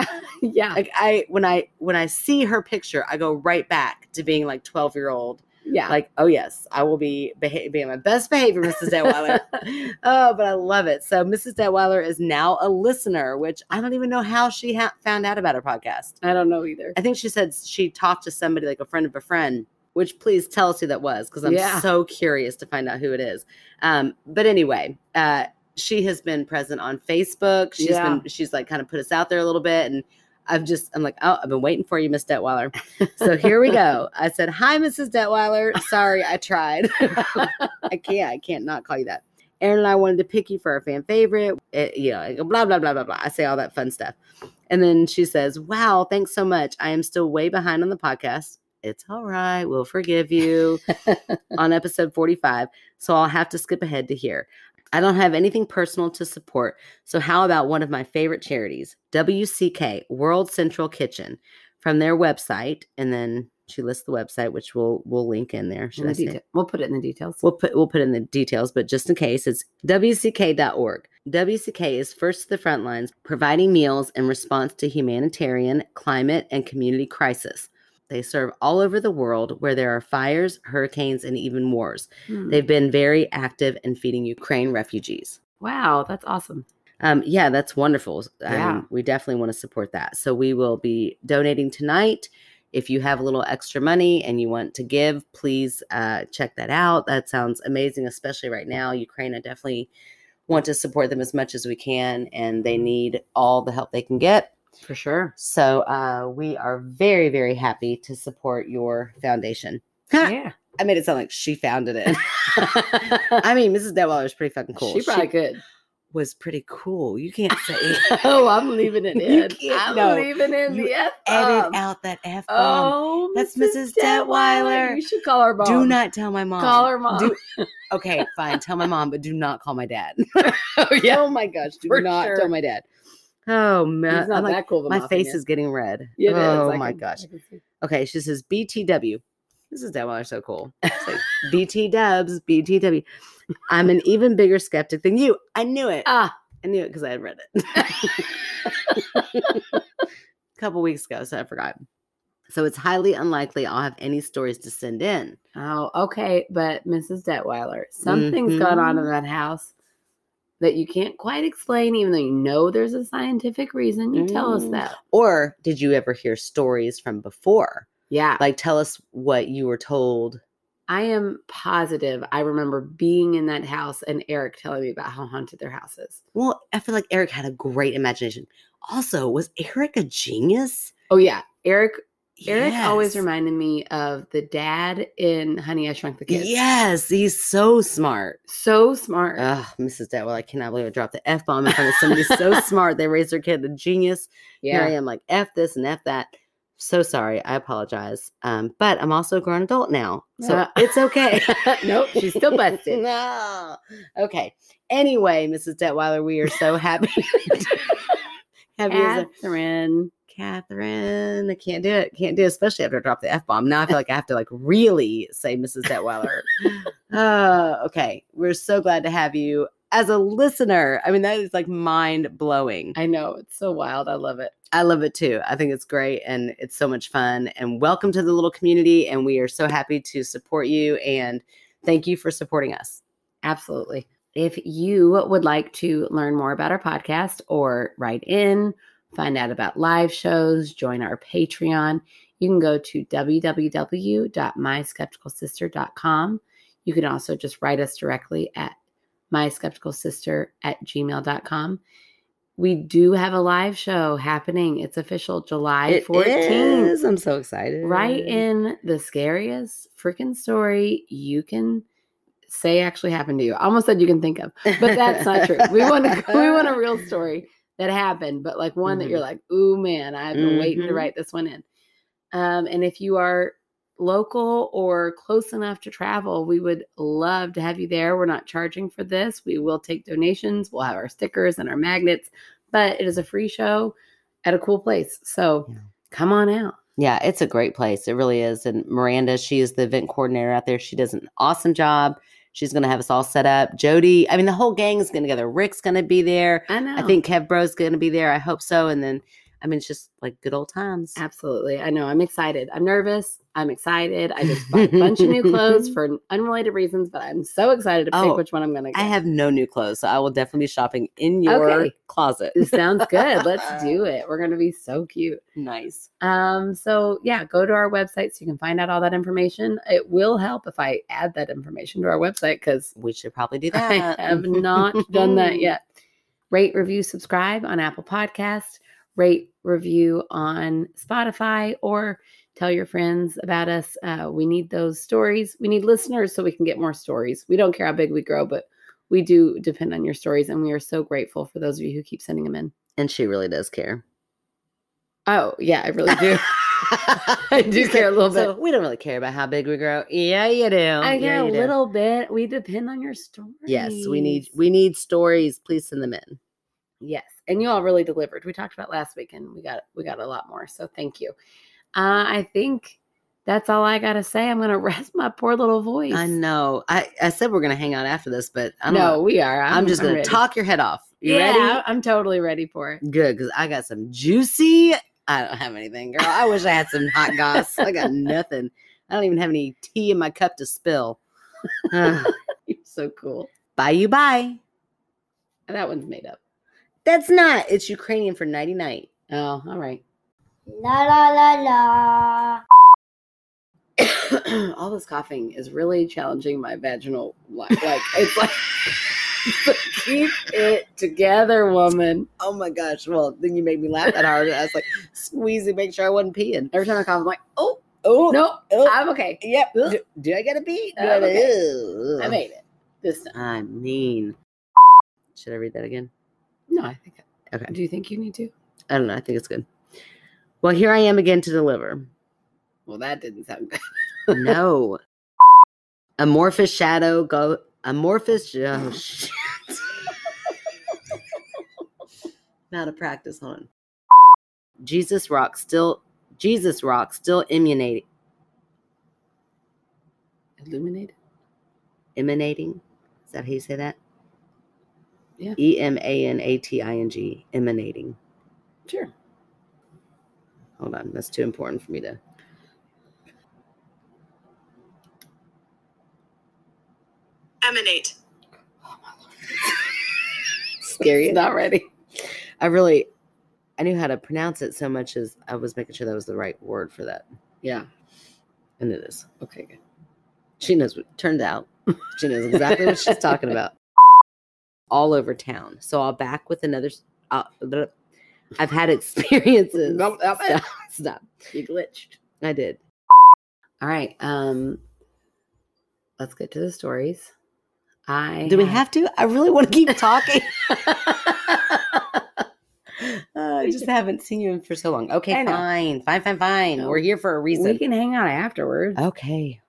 S1: Yeah,
S2: Like I when I when I see her picture, I go right back to being like 12 year old.
S1: yeah.
S2: Like, oh yes, I will be beha- being my best behavior, Mrs. Detweiler. oh, but I love it. So Mrs. Detweiler is now a listener, which I don't even know how she ha- found out about our podcast.
S1: I don't know either.
S2: I think she said she talked to somebody like a friend of a friend, which please tell us who that was because I'm
S1: Yeah.
S2: so curious to find out who it is. Um, but anyway, uh, she has been present on Facebook. She's
S1: Yeah.
S2: been she's like kind of put us out there a little bit and I've just I'm like, oh, I've been waiting for you, Miss Detweiler. So here we go. I said, Hi, Mrs. Detweiler. Sorry, I tried. I can't, I can't not call you that. Aaron and I wanted to pick you for our fan favorite. It, you know, like, blah, blah, blah, blah, blah. I say all that fun stuff. And then she says, Wow, thanks so much. I am still way behind on the podcast. It's all right. We'll forgive you on episode 45. So I'll have to skip ahead to here. I don't have anything personal to support. So, how about one of my favorite charities, WCK, World Central Kitchen, from their website? And then she lists the website, which we'll, we'll link in there. Should
S1: In the
S2: I say?
S1: detail- We'll put it in the details.
S2: We'll put we'll put in the details, but just in case, it's wck.org. WCK is first to the front lines, providing meals in response to humanitarian, climate, and community crisis. They serve all over the world where there are fires, hurricanes, and even wars.
S1: Hmm.
S2: They've been very active in feeding Ukraine refugees.
S1: Wow, that's awesome.
S2: Um, yeah, that's wonderful. Um,
S1: Yeah.
S2: we definitely want to support that. So we will be donating tonight. If you have a little extra money and you want to give, please uh, check that out. That sounds amazing, especially right now. Ukraine, I definitely want to support them as much as we can, and they need all the help they can get.
S1: For sure.
S2: So uh, we are very, very happy to support your foundation.
S1: Yeah.
S2: I made it sound like she founded it. I mean, Mrs. Detweiler is pretty fucking cool.
S1: She probably could.
S2: was pretty cool. You can't say.
S1: oh, I'm leaving it
S2: You
S1: in.
S2: can't-
S1: I'm
S2: no,
S1: leaving in
S2: you
S1: the F
S2: edit
S1: bomb.
S2: out that F bomb.
S1: Oh,
S2: That's Mrs. Detweiler.
S1: You should call her mom.
S2: do not tell my mom.
S1: call her mom.
S2: Do- okay, fine. Tell my mom, but do not call my dad.
S1: oh, yeah.
S2: oh my gosh. Do
S1: For
S2: not
S1: sure.
S2: tell my dad. Oh, man.
S1: He's not
S2: I'm like,
S1: that cool. Of a
S2: my
S1: muffin
S2: face
S1: yet.
S2: is getting red.
S1: Yeah, it is.
S2: oh
S1: I
S2: my
S1: can-
S2: gosh.
S1: I can see.
S2: Okay, she says BTW. This is damn are so cool. It's like BT dubs, BTW. I'm an even bigger skeptic than you. I knew it.
S1: Ah,
S2: I knew it because I had read it a couple weeks ago, so I forgot. So it's highly unlikely I'll have any stories to send in.
S1: oh, okay. But Mrs. Detweiler, something's gone on in
S2: Mhm.
S1: that house that you can't quite explain, even though you know there's a scientific reason. You tell us
S2: Mm.
S1: that.
S2: Or did you ever hear stories from before?
S1: Yeah.
S2: Like, tell us what you were told.
S1: I am positive I remember being in that house and Eric telling me about how haunted their house is.
S2: Well, I feel like Eric had a great imagination. Also, was Eric a genius?
S1: Oh yeah. Eric Eric always
S2: Yes.
S1: reminded me of the dad in Honey I Shrunk the Kids.
S2: Yes, he's so smart.
S1: So smart.
S2: Ugh, Mrs. Detwell, I cannot believe I dropped the F bomb in front of somebody so smart. They raised their kid a genius.
S1: yeah.
S2: Here I am, like, F this and F that. So sorry. I apologize. Um, but I'm also a grown adult now. So
S1: Uh,
S2: it's okay.
S1: Nope, she's still busted.
S2: no. Okay. Anyway, Mrs. Detweiler, we are so happy. happy as a-
S1: Catherine.
S2: Catherine, I can't do it. Can't do it, especially after I dropped the F bomb. Now I feel like I have to like really say Mrs. Detweiler. uh, okay. We're so glad to have you as a listener. I mean, that is like mind blowing.
S1: I know. It's so wild. I love it.
S2: I love it too. I think it's great and it's so much fun. And welcome to the little community. And we are so happy to support you and thank you for supporting us.
S1: Absolutely. If you would like to learn more about our podcast or write in, find out about live shows, join our Patreon, you can go to www.myskepticalsister.com. You can also just write us directly at myskepticalsister at gmail.com. We do have a live show happening. It's official July 14th
S2: is. I'm so excited.
S1: right in the scariest freaking story you can say actually happened to you. I almost said you can think of, but that's not true. We want to we want a real story that happened, but like one that you're
S2: Mm-hmm.
S1: like, "Ooh man, I've been waiting to
S2: Mhm.
S1: write this one in." Um, and if you are local or close enough to travel, we would love to have you there. We're not charging for this. We will take donations. We'll have our stickers and our magnets, but it is a free show at a cool place. So
S2: Yeah.
S1: come on out.
S2: Yeah, it's a great place. It really is. And Miranda, she is the event coordinator out there. She does an awesome job. She's going to have us all set up. Jody, I mean, the whole gang is going to go there. Rick's going to be there.
S1: I know.
S2: I think Kev Bro's going to be there. I hope so. And then, I mean, it's just like good old times.
S1: Absolutely. I know. I'm excited. I'm nervous. I'm excited. I just bought a bunch of new clothes for unrelated reasons, but I'm so excited to pick
S2: Oh,
S1: which one I'm going to get.
S2: I have no new clothes, so I will definitely be shopping in your
S1: Okay.
S2: closet.
S1: this sounds good. Let's do it. We're going to be so cute.
S2: Nice.
S1: Um, so yeah, go to our website so you can find out all that information. It will help if I add that information to our website because
S2: We should probably do
S1: I
S2: that.
S1: have not done that yet. Rate, review, subscribe on Apple Podcast. Rate, review on Spotify, or tell your friends about us. Uh, we need those stories. We need listeners so we can get more stories. We don't care how big we grow, but we do depend on your stories, and we are so grateful for those of you who keep sending them in.
S2: And she really does care.
S1: Oh yeah, I really do.
S2: I
S1: do care a little bit.
S2: we don't really care about how big we grow. Yeah, you do.
S1: I
S2: Oh, yeah,
S1: care a
S2: you do.
S1: little bit. We depend on your stories.
S2: Yes, we need we need stories. Please send them in.
S1: Yes, and you all really delivered. We talked about last week, and we got we got a lot more. So thank you. Uh, I think that's all I gotta say. I'm gonna rest my poor little voice.
S2: I know. I, I said we're gonna hang out after this, but I don't
S1: No,
S2: know.
S1: we are.
S2: I'm, just gonna
S1: ready.
S2: talk your head off. You
S1: yeah,
S2: ready?
S1: I'm totally ready for it.
S2: Good, because I got some juicy. I don't have anything, girl. I wish I had some hot goss. I got nothing. I don't even have any tea in my cup to spill. Ugh.
S1: You're so cool.
S2: bye, you bye.
S1: That one's made up.
S2: That's not. It's Ukrainian for nighty night.
S1: Oh, all right.
S3: La la la la.
S1: all this coughing is really challenging my vaginal life. Like it's like keep it together, woman.
S2: Oh my gosh. Well, then you made me laugh that hard. I was like squeezing, make sure I wasn't peeing.
S1: Every time I cough, I'm like, oh
S2: Oh
S1: no,
S2: Oh.
S1: I'm okay.
S2: Yep.
S1: Ugh.
S2: Do, do I gotta pee? Do
S1: Oh,
S2: I,
S1: okay.
S2: Ugh.
S1: I made it this time.
S2: I mean, should I read that again?
S1: No, I think.
S2: Okay.
S1: Do you think you need to?
S2: I don't know. I think it's good. Well, here I am again to deliver.
S1: Well, that didn't sound good.
S2: no. Amorphous shadow go amorphous oh shit. Not a practice on. Jesus rock still Jesus rock still emanating,
S1: Illuminated?
S2: emanating. Is that how you say that?
S1: Yeah.
S2: E M A N A T I N G, emanating.
S1: Sure.
S2: Hold on, that's too important for me to.
S4: Emanate.
S2: Scary.
S1: It's not ready.
S2: I really, I knew how to pronounce it so much as I was making sure that was the right word for that,
S1: Yeah.
S2: and it is.
S1: Okay, good.
S2: She knows what turned out. She knows exactly what she's talking about. All over town. So I'll back with another. s- Uh, bleh. I've had experiences.
S1: Nope, nope.
S2: Stop, stop.
S1: You glitched.
S2: I did.
S1: All right. Um let's get to the stories. I
S2: Do we have to? I really want to keep talking. Uh, I
S1: We
S2: just haven't seen you in for so long. Okay,
S1: I know.
S2: fine, fine, fine, fine.
S1: No.
S2: We're here for a reason.
S1: we can hang out afterwards.
S2: okay,